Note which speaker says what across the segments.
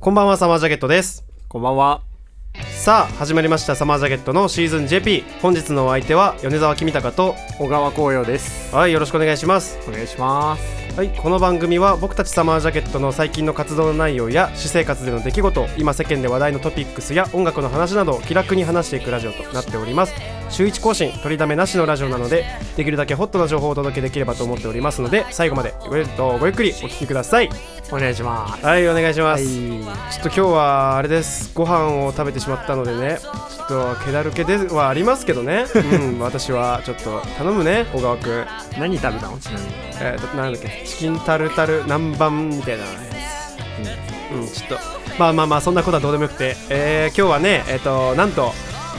Speaker 1: こんばんはサマージャケットです
Speaker 2: こんばんは。
Speaker 1: さあ始まりましたサマージャケットのシーズン JP 本日のお相手は米沢君高と
Speaker 2: 小川光陽です。
Speaker 1: はいよろしくお願いします
Speaker 2: お願いします。
Speaker 1: はいこの番組は僕たちサマージャケットの最近の活動の内容や私生活での出来事今世間で話題のトピックスや音楽の話などを気楽に話していくラジオとなっております週1更新取りだめなしのラジオなのでできるだけホットな情報をお届けできればと思っておりますので最後までごゆっとごゆっくりお聞きください
Speaker 2: お願いします。
Speaker 1: はいお願いしま
Speaker 2: はい
Speaker 1: す、。ちょっと今日はあれですご飯を食べてしまったのでねちょっと気だるけではありますけどね、うん、私はちょっと頼むね小川君、
Speaker 2: 何食べたのちなみに。
Speaker 1: えーと、なんだっけチキンタルタル南蛮みたいなやつ、うん、ちょっとまあまあまあそんなことはどうでもよくて、えー今日はねえっ、となんと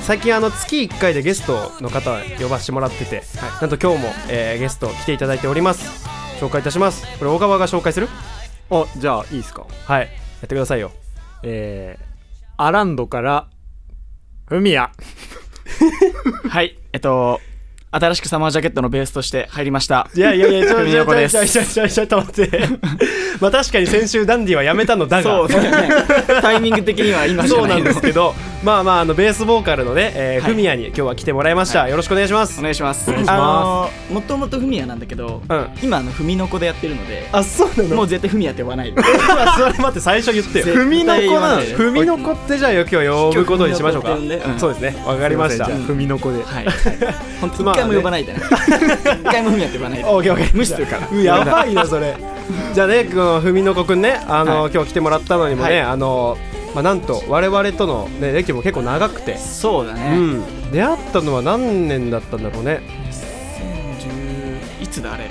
Speaker 1: 最近あの月1回でゲストの方を呼ばせてもらってて、なんと今日も、えーゲスト来ていただいております紹介いたしますこれ小川が紹介する
Speaker 2: お、じゃあいいですか。
Speaker 1: はいやってくださいよ
Speaker 2: えー、アランドから、フミヤ。
Speaker 3: はい、えっと、新しくサマージャケットのベースとして入りました。
Speaker 1: いやいやいや、ちょ、
Speaker 3: 首
Speaker 1: ちょ、ち
Speaker 3: 横
Speaker 1: ょ、
Speaker 3: で
Speaker 1: ちょ、
Speaker 3: す
Speaker 1: ちょ、ちょ、ちょ、ちょ、待って。まあ確かに先週ダンディはやめたのだが。
Speaker 3: そうですね。タイミング的には今 じ
Speaker 1: そ
Speaker 3: ゃ
Speaker 1: う
Speaker 3: な
Speaker 1: ないん
Speaker 3: の
Speaker 1: ですけど、まあまあ、あの、ベースボーカルのね、えー
Speaker 3: はい
Speaker 1: フミヤに今日は来てもらいました。よろしくお願いしま
Speaker 3: お
Speaker 1: す。
Speaker 3: 願いします。
Speaker 2: 願いします
Speaker 3: あのもともとフミヤなんだけど、
Speaker 1: うん
Speaker 3: 今あのフミノコでやってるので、
Speaker 1: あ、そうなの
Speaker 3: もう絶対フミヤって呼ばない。
Speaker 1: あそれ待って、最初言ってよ。
Speaker 3: 絶対言わないで
Speaker 1: ふみのこってじゃあ今日呼ぶことにしましょうか
Speaker 3: 今日文子って呼んでう。ん
Speaker 1: そうですね。わかりました
Speaker 2: すい。せんじゃあ、ふみのこで。
Speaker 3: はい。本当一回も呼ばないでね。一回もフミヤって呼ばないで。
Speaker 1: オーケーオーケー
Speaker 3: 無視するから。
Speaker 1: うん やばいなそれじゃあねこのふみのこくんねあの、
Speaker 3: は
Speaker 1: 今日来てもらったのにもね、
Speaker 3: はい
Speaker 1: あの、まあ、なんと我々との、ね、歴も結構長くて、
Speaker 3: そうだ
Speaker 1: う
Speaker 3: ね。
Speaker 1: ん、出会ったのは何年だったんだろうね
Speaker 3: 2010いつだあれ。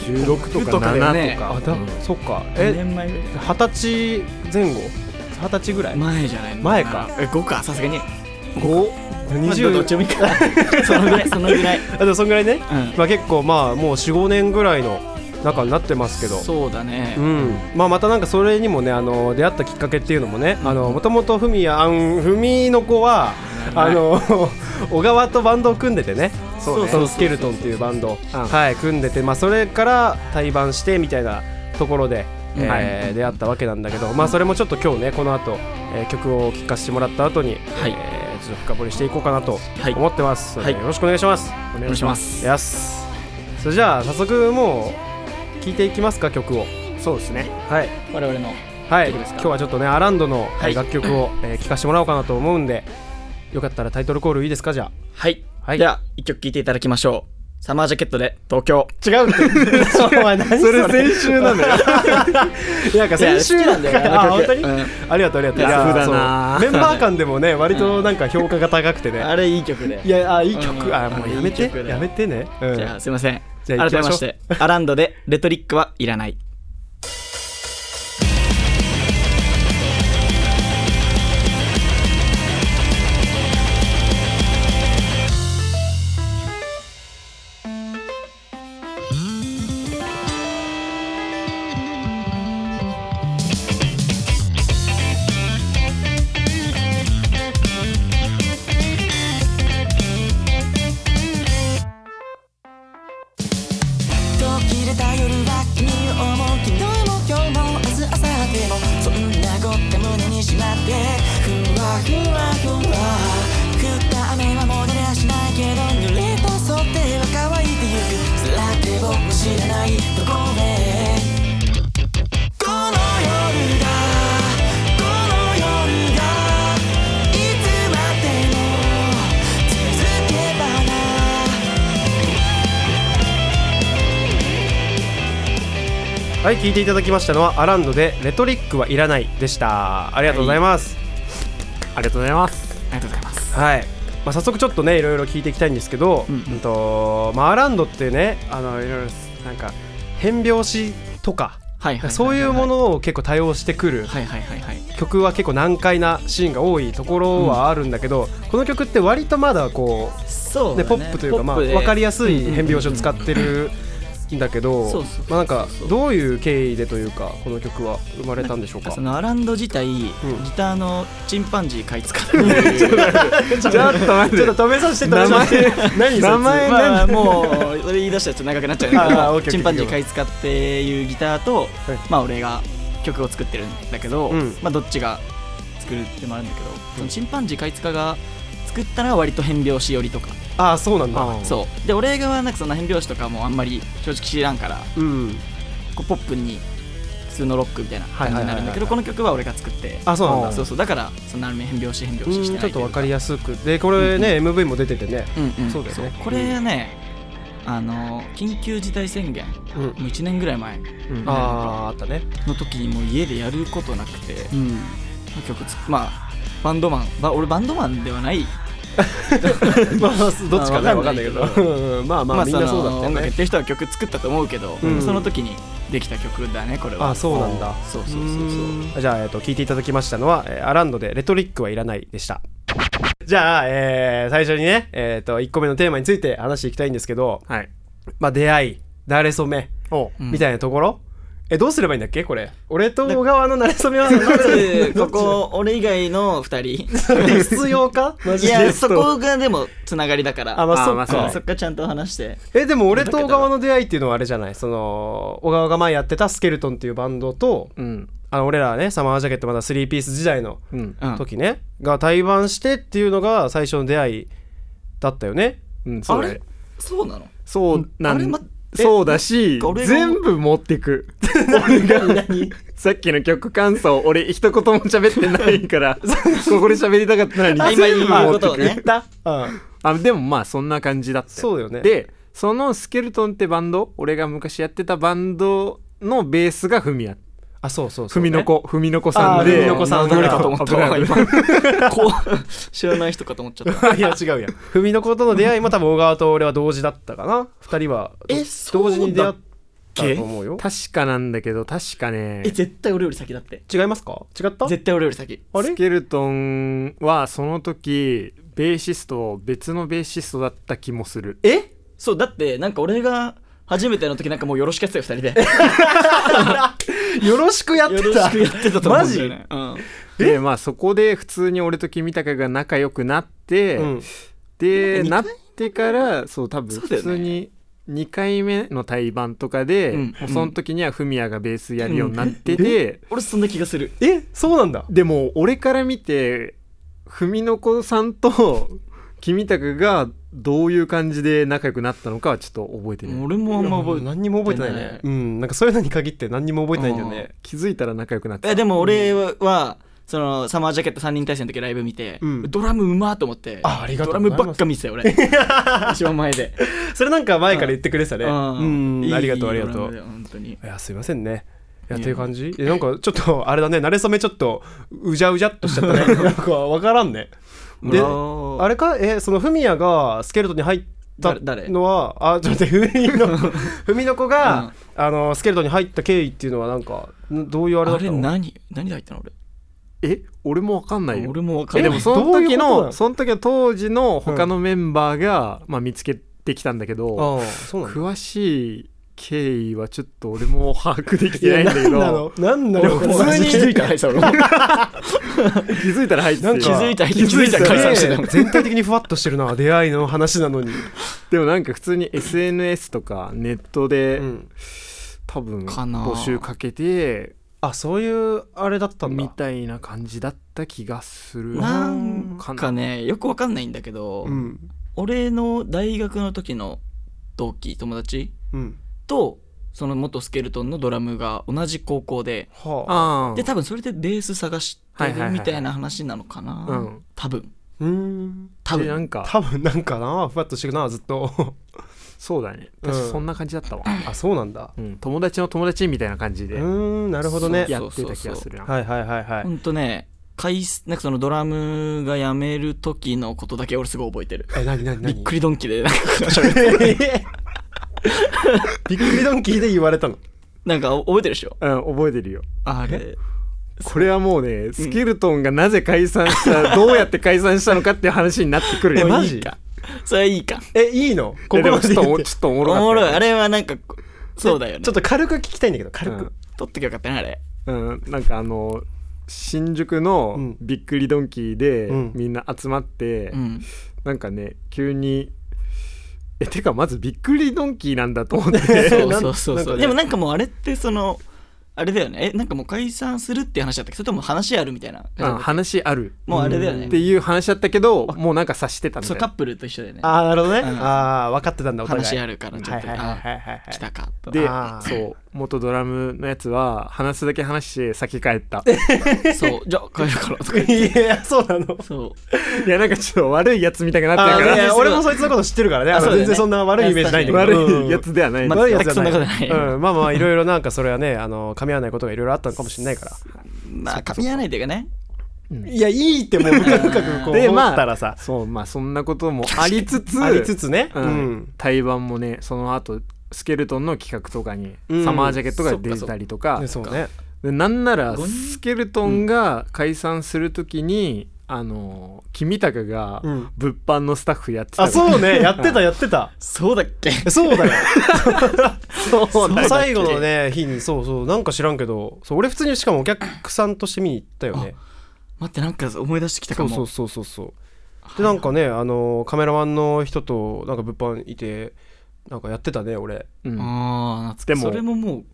Speaker 2: 16とか
Speaker 3: とかだよね
Speaker 2: 7と
Speaker 1: あ
Speaker 2: か。
Speaker 1: だ、
Speaker 2: うん
Speaker 1: そっか
Speaker 3: 2
Speaker 1: え
Speaker 3: 年前ぐらい。
Speaker 1: 二十歳前後二十歳ぐらい
Speaker 3: 前じゃないの
Speaker 1: 前か
Speaker 3: え5かさすがに
Speaker 1: 5
Speaker 3: まあどっ
Speaker 1: 20
Speaker 3: ちもい いかそのぐらいそのぐらい
Speaker 1: あでもそんぐらいね、
Speaker 3: うん
Speaker 1: まあ、結構まあもう45年ぐらいの仲になってますけど
Speaker 3: そうだね
Speaker 1: うんまあ、またなんかそれにもねあの出会ったきっかけっていうのもねあのもともとふみやあんふみの子はあの 小川とバンドを組んでてね
Speaker 3: そうね
Speaker 1: のスケルトンっていうバンド
Speaker 2: うん
Speaker 1: はい組んでてまあそれから対バンしてみたいなところで。
Speaker 3: うん
Speaker 1: えー出会ったわけなんだけど、まあ、それもちょっと今日ねこの後、えー曲を聴かせてもらった後に、
Speaker 3: はい
Speaker 1: えーちょっと深掘りしていこうかなと
Speaker 3: はい
Speaker 1: 思ってます、
Speaker 3: はい
Speaker 1: よろしくお願いします
Speaker 3: お願いします
Speaker 1: やすそれじゃあ早速もう聴いていきますか曲を
Speaker 2: そうですね。
Speaker 1: はい
Speaker 3: 我々の
Speaker 1: はい、
Speaker 3: 大丈夫ですか
Speaker 1: 今日はちょっとねアランドの
Speaker 3: はい
Speaker 1: 楽曲を、えー聴かせてもらおうかなと思うんでよかったらタイトルコールいいですかじゃ
Speaker 3: はい、
Speaker 1: はい
Speaker 3: では一曲聴いていただきましょうサマージャケットで東京
Speaker 1: あ違うってお前何 それ先週なのよいやなんか先週
Speaker 3: いや好きなんだよね
Speaker 1: あ
Speaker 3: あの
Speaker 1: 本当
Speaker 3: 曲
Speaker 1: に、
Speaker 3: う
Speaker 1: あ
Speaker 3: ん
Speaker 1: りがとうありがとうい
Speaker 2: ラフだ
Speaker 1: そう
Speaker 2: な
Speaker 1: メンバー間でもね割となんか評価が高くてね
Speaker 3: あれいい曲で
Speaker 1: いやあいい曲、
Speaker 3: うん
Speaker 1: あもうやめて
Speaker 3: いい曲だよ
Speaker 1: やめてね、うん、
Speaker 3: じゃあすいません
Speaker 1: じ
Speaker 3: 改
Speaker 1: ゃあ行き
Speaker 3: め
Speaker 1: ましょう
Speaker 3: ましてアランドでレトリックはいらない
Speaker 4: と切れた夜は君を思う昨日も今日も明日明後日もそんなごって胸にしまってふわふわふわ降った雨はもう濡れはしないけど濡れた袖は乾いてゆくつらって僕も知らないとこへこの夜がこの夜がいつまでも続けばな
Speaker 1: はい聴いていただきましたのはアランドで「レトリックはいらない」でしたありがとうございます、
Speaker 2: ありがとうございます。
Speaker 3: ありがとうございます
Speaker 1: はい、まあ、早速ちょっとねいろいろ聞いていきたいんですけど、う
Speaker 3: うんん
Speaker 1: とまあ、アランドってねあのいろいろなんか変拍子とか、
Speaker 3: はいはい
Speaker 1: そういうものを結構多応してくる、
Speaker 3: はいはいはいはいはい
Speaker 1: 曲は結構難解なシーンが多いところはあるんだけど、この曲って割とまだこう、
Speaker 3: そう
Speaker 1: ね、ポップというか、まあ、分かりやすい変拍子を使ってる。んだけど
Speaker 3: そうそう
Speaker 1: まあなんかどういう経緯でというかこの曲は生まれたんでしょうか
Speaker 3: そのアランド自体、
Speaker 1: ん
Speaker 3: ギターのチンパンジー買い付かれてい う
Speaker 1: ちょっと待って ちょっと止めさせて止めさせて 何それ
Speaker 2: 名前
Speaker 3: まあ
Speaker 2: なんだ
Speaker 3: もうそれ言い出したらちょっと長くなっちゃ
Speaker 1: あーオ
Speaker 3: う
Speaker 1: ッケ
Speaker 3: け
Speaker 1: ー
Speaker 3: どチンパンジー買い使っていうギターと、
Speaker 1: はい
Speaker 3: まあ俺が曲曲を作ってるんだけど、
Speaker 1: うん
Speaker 3: まあ、どっちが作るでもあるんだけど、そのチンパンジーカイツカが作ったのは割と変拍子寄りとか、
Speaker 1: ああそうなんだ
Speaker 2: あ
Speaker 3: そうで俺がなんかその変拍子とかもあんまり正直知らんから
Speaker 1: うん
Speaker 3: こうポップに普通のロックみたいな感じになるんだけ
Speaker 1: はいはいはいはい
Speaker 3: どこの曲は俺が作って
Speaker 1: あそうなんだ
Speaker 3: そうそうだからそのなるめ変拍子変拍
Speaker 1: う
Speaker 3: 子
Speaker 1: ん
Speaker 3: し
Speaker 1: ち
Speaker 3: てない
Speaker 1: ょっとわかり
Speaker 3: や
Speaker 1: やすくでこれね、MV も出ててね
Speaker 3: すいうんうん
Speaker 1: そうだよね
Speaker 3: これねあの緊急事態宣言も
Speaker 1: うん、
Speaker 3: う1年ぐらい前
Speaker 2: うん
Speaker 1: あああったね
Speaker 3: の時にもう家でやることなくて
Speaker 1: うん
Speaker 3: 曲つまあバンドマンば俺バンドマンではない
Speaker 1: まあどっちかねわかんないけど
Speaker 3: わかん
Speaker 1: うんまあまあみんなそうだっ
Speaker 3: の
Speaker 1: たよ
Speaker 3: 音楽や
Speaker 1: ね
Speaker 3: ってる人は曲作ったと思うけど
Speaker 1: うん
Speaker 3: その時にできた曲だねこれは
Speaker 1: あそうなんだ
Speaker 3: そうそうそうそう
Speaker 1: じゃあ、えっと、聞いていただきましたのは、えーアランドでレトリックはいらないでした。じゃあ、えー最初にね、えっ、と、1個目のテーマについて話していきたいんですけど、
Speaker 2: はい
Speaker 1: まあ、出会い、慣れ初め、
Speaker 2: お
Speaker 3: うん
Speaker 1: みたいなところ、え、どうすればいいんだっけこれ。俺と小川の慣れ初めは、ま
Speaker 3: まずこ こ俺以外の2人
Speaker 1: 必要か マジ
Speaker 3: い
Speaker 1: で
Speaker 3: やそこがでもつながりだから
Speaker 1: あ、まあ、
Speaker 2: あ
Speaker 1: そっ
Speaker 2: まあ
Speaker 1: か。
Speaker 3: そうそっからちゃんと話して
Speaker 1: え、でも俺と小川の出会いっていうのはあれじゃないその、小川が前やってたスケルトンっていうバンドと、
Speaker 2: うん
Speaker 1: あの俺らね、サマージャケットまだ3ピース時代の
Speaker 2: うん
Speaker 3: うん
Speaker 1: 時ね、が対バンしてっていうのが最初の出会いだったよね
Speaker 2: うんそ
Speaker 3: あ
Speaker 2: うだ
Speaker 3: れ
Speaker 2: よ
Speaker 3: そう なの
Speaker 2: そうな
Speaker 3: あれ
Speaker 2: ん
Speaker 3: ま
Speaker 2: そうだし
Speaker 3: 俺が
Speaker 2: 全部持ってく俺がさっきの曲感想俺一言も喋ってないから ここで喋りたかったのに
Speaker 3: あ今
Speaker 2: 全部
Speaker 3: 言う
Speaker 2: 持
Speaker 3: こ
Speaker 2: って
Speaker 3: とを
Speaker 2: く
Speaker 3: ね
Speaker 1: だうん
Speaker 2: あでもまあそんな感じだったよ
Speaker 1: そうだよね
Speaker 2: でそのスケルトンってバンド俺が昔やってたバンドのベースがフミヤ
Speaker 1: あそうそうそ
Speaker 2: ふ
Speaker 1: う、ね、
Speaker 2: みのこふみのこさん
Speaker 1: あー
Speaker 2: で
Speaker 1: ふみのこさん
Speaker 2: な
Speaker 3: 誰
Speaker 2: ん
Speaker 3: かと思った
Speaker 2: 危な
Speaker 3: わ
Speaker 2: い危
Speaker 3: 今
Speaker 2: ない
Speaker 3: こう知らない人かと思っちゃっ た
Speaker 1: いや違うやんふみのことの出会いも多分小川と俺は同時だったかな二人は
Speaker 3: え
Speaker 1: 同時に出会っ
Speaker 3: そうだ
Speaker 1: た
Speaker 3: っ
Speaker 1: と
Speaker 3: け
Speaker 1: 思うよ
Speaker 2: 確かなんだけど確かね
Speaker 3: え絶対俺より先だって
Speaker 1: 違いますか違った
Speaker 3: 絶対俺より先
Speaker 1: あ
Speaker 2: ス
Speaker 1: れ
Speaker 2: ケルトンはその時ベーシスト別のベーシストだった気もする
Speaker 1: え
Speaker 3: そうだってなんか俺が初めての時なんかもうよろしくやってたよ2人で
Speaker 1: よろしくやって
Speaker 3: よ
Speaker 1: た
Speaker 3: ろしくやってたと思うんだよねマジ、
Speaker 2: でまあそこで普通に俺と君高が仲良くなって、
Speaker 1: うん、
Speaker 2: で
Speaker 3: 二
Speaker 2: な
Speaker 3: 回
Speaker 2: ってからそう多分
Speaker 3: そう
Speaker 2: 普
Speaker 3: だよね
Speaker 2: 通に2回目の対バンとかで、
Speaker 3: うん
Speaker 2: もうその時にはフミヤがベースやるようになってて、
Speaker 3: 俺そんな気がする
Speaker 1: えそうなんだ
Speaker 2: でも俺から見てふみのこさんと君高がどういう感じで仲良くなったのかはちょっと覚えてない
Speaker 3: 俺もあんま覚えて
Speaker 1: 何にも覚えてないねうんなんかそういうのに限って何にも覚えてないんだよね
Speaker 2: 気づいたら仲良くなってた
Speaker 3: えでも俺は、そのサマージャケット3人対戦の時ライブ見て、
Speaker 1: うん
Speaker 3: ドラムうまーと思って
Speaker 1: あありがとう
Speaker 3: ド
Speaker 1: ご
Speaker 3: ラ
Speaker 1: ざいま
Speaker 3: ム
Speaker 1: す
Speaker 3: ばっか見てたよ俺一番 前で、
Speaker 1: それなんか前から言ってくれてたねうん
Speaker 3: いい
Speaker 1: ありがとうありがとう
Speaker 3: ドラムで本当に
Speaker 1: いやすいませんねいや
Speaker 3: いや
Speaker 1: っていう感じえなんかちょっとあれだね慣れ初めちょっとうじゃうじゃっとしちゃったねなんかわからんねであ
Speaker 3: れ
Speaker 1: れかえそのフミヤがスケルトンに入った
Speaker 3: 誰誰
Speaker 1: のはあちょっと待ってフミのフミの子が、あのスケルトンに入った経緯っていうのはなんかんどういうあ
Speaker 3: あ
Speaker 1: れ
Speaker 3: れ
Speaker 1: だったの
Speaker 3: 何何で入ったの俺
Speaker 2: え俺もわかんないよ
Speaker 3: 俺もわかん
Speaker 2: え
Speaker 3: な
Speaker 2: で
Speaker 3: い
Speaker 2: もその
Speaker 1: どういうこ
Speaker 2: 時
Speaker 1: とな
Speaker 2: の
Speaker 1: の
Speaker 2: その時の当時の他のメンバーが、まあ、見つけてきたんだけど
Speaker 1: ああそうなんだ
Speaker 2: 詳しい経緯はちょっと俺も把握できてないんだけど
Speaker 1: 何な
Speaker 2: で
Speaker 1: の
Speaker 2: も
Speaker 1: 何
Speaker 2: 普
Speaker 1: なの
Speaker 2: 通に
Speaker 1: 気づいた
Speaker 3: 入った俺も
Speaker 2: 気づいたら入って
Speaker 1: なん
Speaker 2: る
Speaker 1: か
Speaker 3: 気づいた
Speaker 1: 気づいた
Speaker 3: 気づいた解散してた
Speaker 1: ね全体的にふわっとしてるな出会いの話なのに、
Speaker 2: でもなんか普通に SNS とかネットで、
Speaker 1: うん
Speaker 2: 多分
Speaker 3: かな
Speaker 2: 募集かけて
Speaker 1: あそういうあれだったんだ
Speaker 2: みたいな感じだった気がする
Speaker 3: なん
Speaker 2: か
Speaker 3: かねよくわかんないんだけど、
Speaker 1: うん
Speaker 3: 俺の大学の時の同期友達
Speaker 1: うん
Speaker 3: とその元スケルトンのドラムが同じ高校で、
Speaker 1: はあ
Speaker 2: ああ
Speaker 3: で多分それでベース探して
Speaker 2: はいはい
Speaker 3: る
Speaker 2: はい
Speaker 3: みたいな話なのかな、
Speaker 2: うん
Speaker 3: 多分
Speaker 1: うーん
Speaker 3: 多
Speaker 2: でな
Speaker 3: 分
Speaker 2: んか
Speaker 1: 多分なんかなふわっとしてるなずっと
Speaker 2: そうだね
Speaker 1: うん
Speaker 2: 確かそんな感じだったわ、
Speaker 1: あそうなんだ
Speaker 2: うん友達の友達みたいな感じ
Speaker 1: う
Speaker 2: で
Speaker 1: ーんなるほどね
Speaker 3: そう
Speaker 2: やってた気がするな
Speaker 1: はいはいはいはい
Speaker 3: ほんとね回数なんかそのドラムが辞める時のことだけ俺すごい覚えてる
Speaker 1: えなになにな
Speaker 3: び
Speaker 1: に
Speaker 3: っくりドンキでなんか
Speaker 1: びっくりドンキーで言われたの
Speaker 3: なんか覚えてるでしょ
Speaker 2: うん覚えてるよ
Speaker 3: あれ
Speaker 2: これはもうねスケルトンがなぜ解散 した、どうやって解散したのかっていう話になってくるよ
Speaker 1: えマ
Speaker 3: い
Speaker 1: ジ
Speaker 3: いかそれはいいか
Speaker 1: えいいのこ
Speaker 2: え
Speaker 1: こ
Speaker 2: で
Speaker 1: ま
Speaker 2: も
Speaker 1: で
Speaker 2: ちょっと
Speaker 1: 言っ
Speaker 2: お
Speaker 1: て
Speaker 2: ちょっとおも
Speaker 3: お
Speaker 2: ろ
Speaker 3: もろい
Speaker 2: かっ
Speaker 3: あれはなんかそうだよね
Speaker 1: ちょっと軽く聞きたいんだけど軽く、
Speaker 3: 撮ってきゃよかったねあれ
Speaker 2: たうんなんかあの新宿
Speaker 1: う
Speaker 2: の
Speaker 1: ん
Speaker 2: びっくりドンキーで、
Speaker 1: うん
Speaker 2: みんな集まって、
Speaker 3: うん
Speaker 2: なんかね急にえてかまずびっくりドンキーなんだと思っ
Speaker 1: え
Speaker 2: て
Speaker 3: そうそうそう
Speaker 1: なんか
Speaker 3: そ
Speaker 1: ね
Speaker 3: うでもなんかもうあれってそのあれだよねえなんかもう解散するって話だったっけそれとも話あるみたいな
Speaker 2: あ話ある
Speaker 3: もうあれだよね
Speaker 2: っていう話だったけどもうなんか察してたみた
Speaker 3: そ
Speaker 2: いうな
Speaker 3: カップルと一緒だよね
Speaker 1: ああなるほどね、
Speaker 3: うん
Speaker 1: ああ分かってたんだお互い
Speaker 3: 話あるからちょっと
Speaker 1: はいはいはいはい
Speaker 3: 来たかと
Speaker 2: で
Speaker 1: あー
Speaker 2: そう元ドラムのやつは話すだけ話して先帰った
Speaker 3: そうじゃあ帰るからとか言っ
Speaker 1: はい
Speaker 3: て
Speaker 1: いやそうなの
Speaker 3: そう
Speaker 2: いやなんかちょっと悪いやつみたいになって
Speaker 1: あ
Speaker 2: る
Speaker 1: ーい
Speaker 2: か
Speaker 1: や
Speaker 3: 全然
Speaker 1: 俺もそいつのこと知ってるからね
Speaker 3: あ
Speaker 1: あの
Speaker 3: そうだよね
Speaker 1: 全然そんな悪いイメージないんだ
Speaker 2: ら
Speaker 1: けど
Speaker 2: 悪いやつではない
Speaker 3: ま
Speaker 2: ま
Speaker 3: あ
Speaker 2: あ
Speaker 1: 悪いやつじゃない
Speaker 3: 全くそんなことない
Speaker 1: うん、まあまあいろいろなんかそれはねあの噛み合わないことがいろいろあったのかもしれないから
Speaker 3: まあ噛み合わないというかね
Speaker 1: いやいいってもう深くこう
Speaker 2: で
Speaker 1: 思
Speaker 2: まあ
Speaker 1: ったらさ、
Speaker 2: そうまあそんなこともありつつ
Speaker 1: ありつつね、
Speaker 2: う
Speaker 1: うんん、
Speaker 2: 対バンもねその後スケルトンの企画とかに、
Speaker 1: うん
Speaker 2: サマージャケットが出てたりとか
Speaker 1: でそうね
Speaker 2: でなんなら
Speaker 3: 五人
Speaker 2: スケルトンが解散するときに、あの君高が
Speaker 1: うん
Speaker 2: 物販のスタッフやってた
Speaker 1: あ
Speaker 2: う
Speaker 1: そうねやってたやってた
Speaker 3: そうだっけ
Speaker 1: そうだよ
Speaker 2: そうなんだ
Speaker 1: 最後のね日にそうそうなんか知らんけどそう俺普通にしかもお客さんとして見に行ったよね
Speaker 3: 待ってなんか思い出してきたか
Speaker 1: そう
Speaker 3: も
Speaker 1: そうそうそうそうでなんかねあのカメラマンの人となんか物販いてなんかやってたね俺
Speaker 2: うん
Speaker 3: ああ懐かしいそれ
Speaker 2: で
Speaker 3: ももう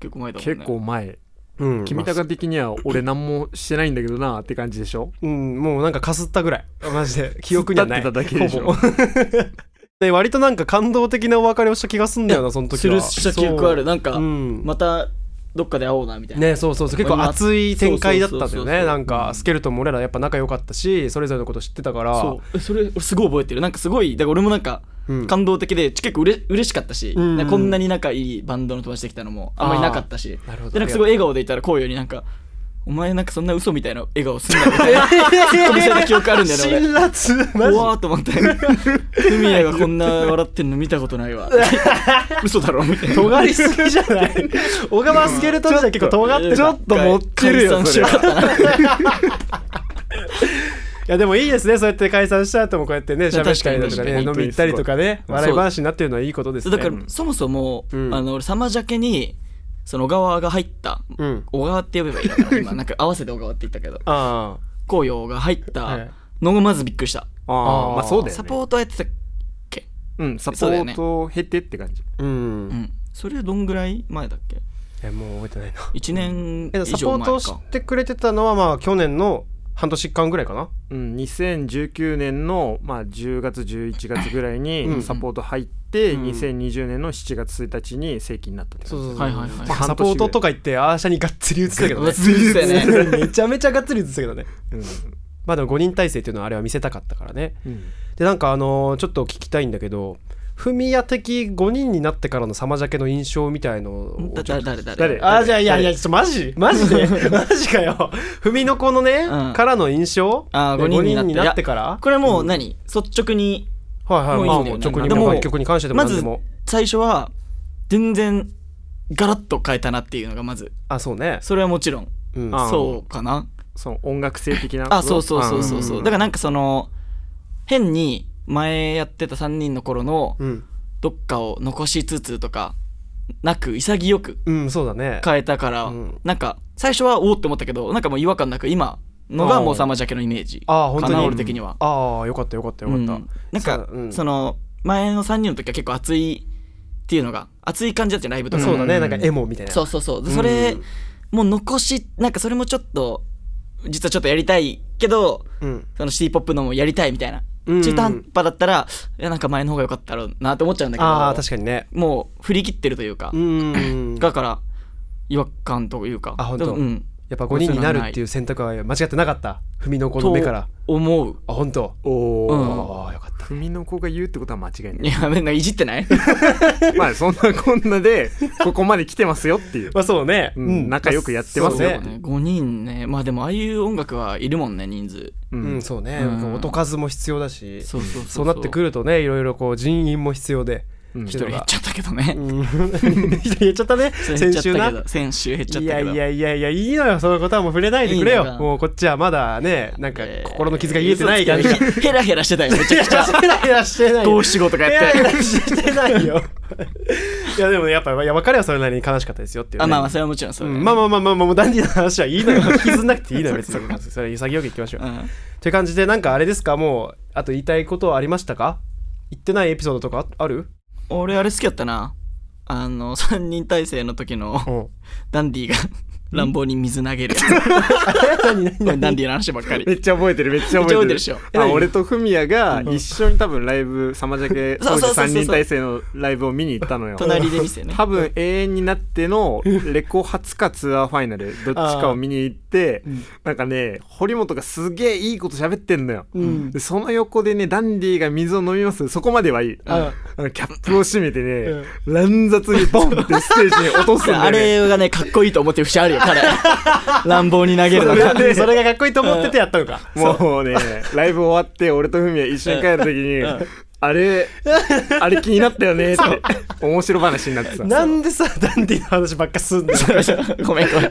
Speaker 3: 結構前だもんね
Speaker 2: 結構前
Speaker 1: うん
Speaker 2: 君
Speaker 1: まあ
Speaker 2: 高的には俺何もしてないんだけどなって感じでしょ
Speaker 1: うんもうなんかかすったぐらい マジで記憶にはない
Speaker 2: 突っ立ってただけでし
Speaker 1: ほ
Speaker 2: ょ
Speaker 1: ぼ で割となんか感動的なお別れをした気がすんだよなその時
Speaker 3: す
Speaker 1: は
Speaker 3: るした記憶あるなんか、
Speaker 1: うん
Speaker 3: またどっかで会おうなみたいな、
Speaker 1: ねそうそうそう結構熱い展開だったんだ
Speaker 3: そう
Speaker 1: よ
Speaker 3: そうそうそ
Speaker 1: ね
Speaker 3: う
Speaker 1: なんかスケルトンも俺らやっぱ仲良かったしそれぞれのこと知ってたから
Speaker 3: そうえ それ俺すごい覚えてるなんかすごいだから俺もなんか
Speaker 1: うん
Speaker 3: 感動的で、結構うれ嬉しかったし、
Speaker 1: うん
Speaker 3: なんかこんなに仲いいバンドの友達できたのもあんまりなかったし
Speaker 1: なるほど
Speaker 3: でなんかすごい笑顔でいたらこうよりなんか「お前なんかそんな嘘みたいな笑顔すんな」みたいなツ ッコミした記憶あるんだよね
Speaker 1: 辛辣
Speaker 3: 俺
Speaker 1: マ
Speaker 3: う
Speaker 1: ジ
Speaker 3: わーと思って「フミヤがこんな笑ってんの見たこ とないわ」嘘だろみたいな
Speaker 1: 尖りすぎじゃ ない小川スケルトン自体結構尖って
Speaker 3: ち
Speaker 1: た
Speaker 3: ょ
Speaker 1: い
Speaker 3: っと持ってるよそれ
Speaker 1: やでもいいですねそうやって解散した後もこうやってね喋ったりだとか
Speaker 3: 確かに確か
Speaker 1: ね
Speaker 3: に
Speaker 1: 飲み行ったりとかね
Speaker 3: ごい
Speaker 1: 笑い話になってるのはいいことですね
Speaker 3: だからそもそも、
Speaker 1: うん
Speaker 3: あの俺サマジャケにその小川が入った、
Speaker 1: うん
Speaker 3: 小川って呼べばいいのかな今なんか合わせて小川って言ったけど
Speaker 1: あ
Speaker 3: 紅葉が入っ
Speaker 1: はい
Speaker 3: たのがまずびっくりした、
Speaker 2: あ
Speaker 1: あー
Speaker 2: あまあそうだよ、ね、
Speaker 3: サポートやってたっけ
Speaker 2: うんサポ
Speaker 3: そうだよ
Speaker 2: ー
Speaker 3: ね
Speaker 2: トを経てって感じ
Speaker 1: あう
Speaker 3: うんんそれどんぐらい前だっけ
Speaker 1: えもう覚えてないな
Speaker 3: 1年
Speaker 1: え
Speaker 3: 以
Speaker 1: サ
Speaker 3: 上
Speaker 1: ポー
Speaker 3: 前
Speaker 1: ト
Speaker 3: か
Speaker 1: をしてくれてたのはまあ去年の半年間ぐらいかな
Speaker 2: うん、2019年の、まあ、10月11月ぐらい
Speaker 1: うん
Speaker 2: にサポート入って、
Speaker 1: うん
Speaker 2: 2020年の7月1日に正規になったって感じ
Speaker 1: そう
Speaker 3: はいはいはい
Speaker 2: まあ
Speaker 1: サポートとか言ってあーシャにがっつり映ってたけど
Speaker 3: が
Speaker 1: ね
Speaker 3: っつり映ってたよ
Speaker 1: めちゃめちゃがっつり映ってたけどね
Speaker 2: うん
Speaker 1: まあでも5人体制っていうのはあれは見せたかったからね
Speaker 2: うん
Speaker 1: でなんかあのーちょっと聞きたいんだけどフミヤ的5人になってからのサマジャケの印象みたいのを
Speaker 3: だ
Speaker 1: ちょっ
Speaker 3: 誰
Speaker 1: と
Speaker 3: 誰誰
Speaker 2: 誰
Speaker 1: あーじゃあいやいやちょっとマジマジ でマジかよフミの子のね、
Speaker 3: うん
Speaker 1: からの印象
Speaker 3: あー
Speaker 1: で
Speaker 3: 5人になって
Speaker 1: 五から
Speaker 3: これはもう何、率直に
Speaker 1: はいはい
Speaker 3: もういいん
Speaker 1: ま
Speaker 3: だ
Speaker 1: あ
Speaker 3: よ
Speaker 1: もう
Speaker 3: ね
Speaker 1: 直に
Speaker 3: で
Speaker 1: も
Speaker 3: も
Speaker 1: 楽曲に関しても
Speaker 3: ま
Speaker 1: 何で
Speaker 3: ず
Speaker 1: も、
Speaker 3: 最初は全然ガラッと変えたなっていうのがまず
Speaker 1: あそうね、
Speaker 3: それはもちろん
Speaker 1: うん、
Speaker 2: あー
Speaker 3: そうかな
Speaker 2: その音楽性的な
Speaker 3: あそうそうそうそうそう、
Speaker 1: うん
Speaker 3: だからなんかその変に前やってた3人の頃の
Speaker 1: うん、
Speaker 3: どっかを残しつつとかなく潔く
Speaker 1: うん、そうだね
Speaker 3: 変えたから、
Speaker 1: うん
Speaker 3: なんか最初はおおって思ったけどなんかもう違和感なく今のがもうサマジャケのイメージ
Speaker 1: あー本
Speaker 3: か
Speaker 1: 当
Speaker 3: な
Speaker 1: に
Speaker 3: 俺的には、
Speaker 1: ああよかったよかったよかった、
Speaker 3: うんなんか
Speaker 1: さあうん
Speaker 3: その前の3人の時は結構熱いっていうのが熱い感じだったよねライブとか
Speaker 1: そうだね、
Speaker 2: うん
Speaker 1: なんかエモみたいな
Speaker 3: そうそうそうでそれ、
Speaker 1: うん
Speaker 3: もう残しなんかそれもちょっと実はちょっとやりたいけど
Speaker 1: うん
Speaker 3: そのシティポップのもやりたいみたいな、
Speaker 1: うん
Speaker 3: 中途半端だったらいやなんか前の方が良かったろうなって思っちゃうんだけど
Speaker 1: ああ確かにね
Speaker 3: もう振り切ってるというか、
Speaker 1: うん
Speaker 3: だから違和感というか
Speaker 1: あ本当
Speaker 3: だからうん
Speaker 1: やっぱ5人になるっていう選択は間違ってなかった文の子の目から
Speaker 3: と思う
Speaker 1: あ本当
Speaker 2: お
Speaker 3: う
Speaker 2: お、
Speaker 3: ん
Speaker 1: ああよかった
Speaker 2: 文の子が言うってことは間違いない
Speaker 3: いやなんかいじってない
Speaker 2: まあそんなこんな でここまで来てますよっていう、
Speaker 1: まあそうね
Speaker 2: うん仲良くやってます
Speaker 1: そう
Speaker 2: よ、
Speaker 1: ね
Speaker 3: 5人ねまあでもああいう音楽はいるもんね人数
Speaker 1: う
Speaker 2: う
Speaker 1: んんそうね
Speaker 3: うん
Speaker 1: 音数も必要だし
Speaker 3: そうそうそう
Speaker 1: そうなってく
Speaker 3: る
Speaker 1: るとねいろいろこう人員も必要で
Speaker 2: うん
Speaker 3: 一人減っちゃったけどね、
Speaker 1: うん 言っちゃったね
Speaker 3: それ減っ
Speaker 1: 先
Speaker 3: ちゃっ
Speaker 1: 週
Speaker 3: たけ
Speaker 1: な
Speaker 3: ど先週減っちゃっ
Speaker 1: い
Speaker 3: た
Speaker 1: や
Speaker 3: けど
Speaker 1: いやいやいやいいのよそういうことはもう触れないでくれよ
Speaker 3: いいのか
Speaker 1: もうこっちはまだねなんか心の傷が癒えてない
Speaker 3: か
Speaker 1: からら
Speaker 3: ヘラヘラして たよめちゃくちゃ
Speaker 1: ヘラヘラしてないよ
Speaker 3: どう仕事か
Speaker 1: いや
Speaker 3: やっ
Speaker 1: い
Speaker 3: て
Speaker 1: やしてないよ いやでもねやっぱいや別れはそれなりに悲しかったですよっていう、ね、
Speaker 3: あまあまあそれはもちろんそううだよ
Speaker 1: んま
Speaker 3: ね
Speaker 1: あまあまあまあまあもうダンディーな話はい いのよ引きずんなくていいのよ別にそれ潔くいきましょう、
Speaker 3: う
Speaker 1: っ
Speaker 3: ん
Speaker 1: て感じでなんかあれですかもうあと言いたいことはありましたか言ってないエピソードとかあある
Speaker 3: 俺あれ好きやったなああの3人体制の時の
Speaker 1: うん
Speaker 3: ダンディが 乱暴に水投げるやつ ダンディの話ばっかり
Speaker 2: めっちゃ覚えてるめっちゃ覚えてる
Speaker 3: めっちゃ覚えてるでしょ
Speaker 2: あ
Speaker 3: 何
Speaker 2: 俺とフミヤが一緒に多分ライブサマジャケ
Speaker 3: そ
Speaker 2: 当
Speaker 3: う
Speaker 2: 時
Speaker 3: そうそうそう
Speaker 2: 3人体制のライブを見に行ったのよ
Speaker 3: 隣で見せね
Speaker 2: 多分永遠になってのレコ初かツアーファイナルどっちかを見に行ってなんかね堀本がすげえいいこと喋ってんのよ、でその横でねダンディが水を飲みますそこまではいいあのキャップを閉めてね、乱雑にボンってステージに落とすんだよ、ね、
Speaker 3: あれがねかっこいいと思ってる節あるよ彼乱暴に投げるのが
Speaker 1: それそれがかっこいいと思っててやったのか
Speaker 2: もうね、ライブ終わって、俺とフミヤ一緒に帰るときに、あれ、あれ気になったよねって、面白話になってた。
Speaker 1: なんでさダンディの話ばっかすんだよ
Speaker 3: ごめんごめん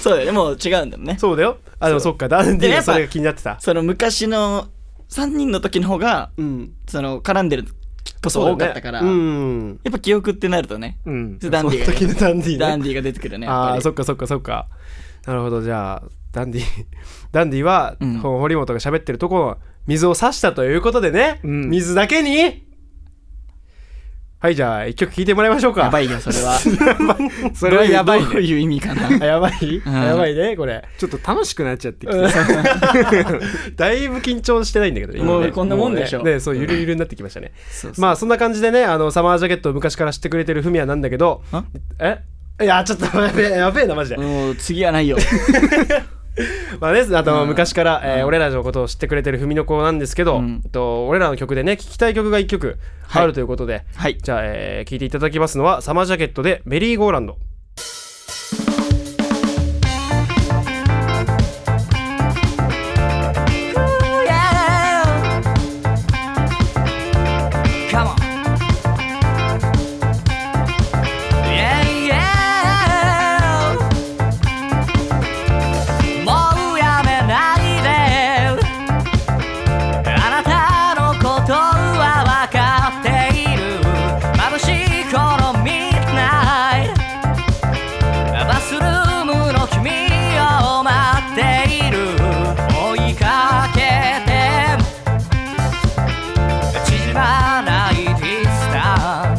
Speaker 3: そうだよねもう違うんだよね
Speaker 1: そうだよあでもそっかダンディのそれが気になってた
Speaker 3: その昔の3人の時の方が
Speaker 1: うん
Speaker 3: その絡んでること多かったから、
Speaker 1: そうだねうん
Speaker 3: やっぱ記憶ってなるとね
Speaker 2: うん。
Speaker 3: ダンディがね、
Speaker 1: 時のダンディね
Speaker 3: ダンディが出てくるねやっ
Speaker 1: あ
Speaker 3: ぱ
Speaker 1: あ
Speaker 3: り
Speaker 1: そっかそっかそっかなるほどじゃあダンディ ダンディは、
Speaker 3: うん
Speaker 1: ほ堀本が喋ってるところ水を差したということでね、
Speaker 2: うん
Speaker 1: 水だけにはいじゃあ一曲聴いてもらいましょうか
Speaker 3: やばいよそれは
Speaker 2: それはやばい
Speaker 3: どういうどう
Speaker 2: ね。
Speaker 3: いう意味かな
Speaker 1: あ やばい、やばいねこれ
Speaker 2: ちょっと楽しくなっちゃってきて。
Speaker 1: だいぶ緊張してないんだけどね
Speaker 3: もう
Speaker 1: 今ね
Speaker 3: こんなもんでしょ
Speaker 1: うねねそうゆるゆるになってきましたね、
Speaker 3: そうそう
Speaker 1: まあそんな感じでねあのサマージャケットを昔から知ってくれてるフミヤなんだけど
Speaker 3: あ
Speaker 1: えいやちょっとやべえやべえなマジで、
Speaker 3: もう次はないよ
Speaker 1: まあね、あと昔から、えー俺らのことを知ってくれてる文の子なんですけど、
Speaker 3: うん
Speaker 1: えっと俺らの曲でね聴きたい曲が1曲
Speaker 3: はい
Speaker 1: あるということで、
Speaker 3: はい
Speaker 1: じゃあ、えー聴いていただきますのは「サマージャケット」で「メリーゴーランド」
Speaker 4: Come on. Yeah, yeah. もうやめないであなたのことは分かっている眩しいこのミッドナイトバスルームの君を待っている追いかけて縮まないディスタンス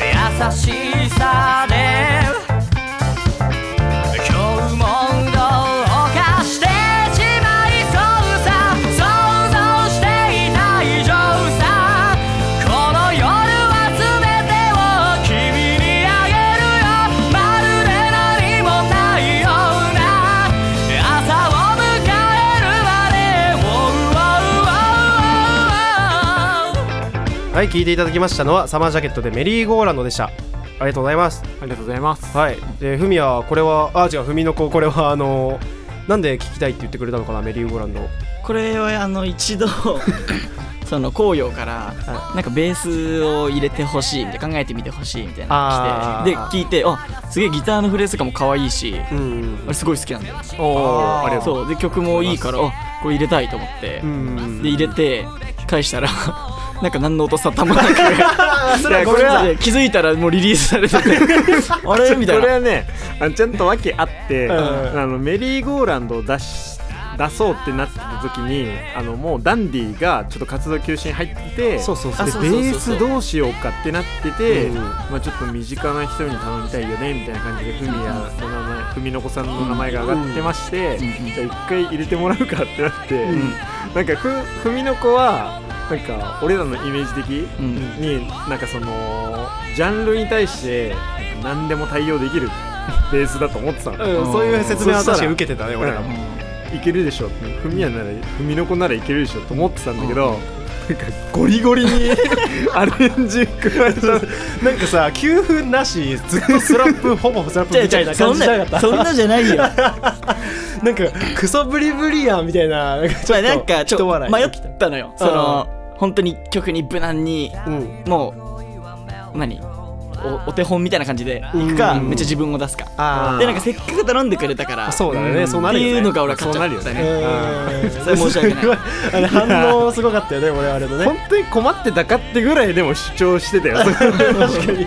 Speaker 4: 優しさで今日も運動を犯してしまいそうさ想像していた以上さこの夜は全てを君にあげるよまるで何もないような朝を迎えるまで Oh, oh, oh, oh, oh.
Speaker 1: はい聴いていただきましたのは「サマージャケット」で「メリーゴーランド」でしたありがとうございます
Speaker 2: ありがとうございます。
Speaker 1: はいでフミヤこれはあ違う文の子これはあのなんで聴きたいって言ってくれたのかなメリーゴーランド
Speaker 3: これはあの一度その紅葉からなんかベースを入れてほしいみたいな考えてみてほしいみたいな
Speaker 1: あ
Speaker 3: の
Speaker 1: ー
Speaker 3: 来てで聞いてあすげえギターのフレーズとかも可愛いし
Speaker 1: うんうん
Speaker 3: 俺すごい好きなんだよ
Speaker 2: おお、ありがとう。
Speaker 3: そうで曲もいいからあこれ入れたいと思って、
Speaker 1: ん
Speaker 3: で入れて返したら なんか何の音さたまらなく
Speaker 2: そ
Speaker 3: いやこれは気づいたらもうリリースされててあれみたい
Speaker 2: これ
Speaker 3: な
Speaker 2: はね、あのちゃんと訳あって、あのメリーゴーランドを出し、出そうってなってた時にあのもうダンディがちょっと活動休止に入ってて
Speaker 1: そうそうそう
Speaker 3: あ
Speaker 2: で
Speaker 3: そう
Speaker 2: ベ
Speaker 3: そうそう
Speaker 2: ースどうしようかってなってて、
Speaker 1: うん
Speaker 2: まあ、ちょっと身近な人に頼みたいよねみたいな感じでふみやの名前ふみのこさんの名前が上がってまして、
Speaker 3: うん
Speaker 2: じゃあ一回入れてもらうかってなって、
Speaker 1: ん
Speaker 2: なんかふふみのこはなんか俺らのイメージ的
Speaker 3: うん
Speaker 2: に、なんかそのジャンルに対して何でも対応できるベースだと思ってたの。
Speaker 1: うんそういう説明は確かに受けてたね俺ら
Speaker 2: う
Speaker 1: も
Speaker 2: んいけるでしょふみやならふみのこならいけるでしょと思ってたんだけど、なんかゴリゴリに アレンジ組まれた
Speaker 1: なんかさ休分なしずっとスラップほぼスラップみたいな感
Speaker 3: そ
Speaker 1: じ
Speaker 3: ん
Speaker 1: じゃな
Speaker 3: な
Speaker 1: かっ
Speaker 3: そんなじゃないよま
Speaker 1: たなんかクソブリブリやんみたいななんかちょ
Speaker 3: あ
Speaker 1: っと
Speaker 3: なんかち
Speaker 1: 人
Speaker 3: ょっ
Speaker 1: 笑
Speaker 3: と
Speaker 1: い
Speaker 3: 迷ったのよその本当に曲に無難に
Speaker 1: うん
Speaker 3: もう何おお手本みたいな感じでいくか
Speaker 1: うん
Speaker 3: めっちゃ自分を出すか
Speaker 1: あー
Speaker 3: でなんかせっかく頼んでくれたから
Speaker 1: そうだよね、
Speaker 2: うん
Speaker 1: そう
Speaker 3: っ
Speaker 1: な
Speaker 3: て
Speaker 1: るよね
Speaker 3: いうのが俺は勝っちゃ
Speaker 2: そう
Speaker 3: っ
Speaker 2: な
Speaker 3: た
Speaker 2: る
Speaker 3: ね
Speaker 1: うん
Speaker 3: それ申し訳な い
Speaker 1: すごあれ反応すごかったよね俺あれのね
Speaker 2: 本当に困ってたかってぐらいでも主張してたよ
Speaker 1: 確かに迷っ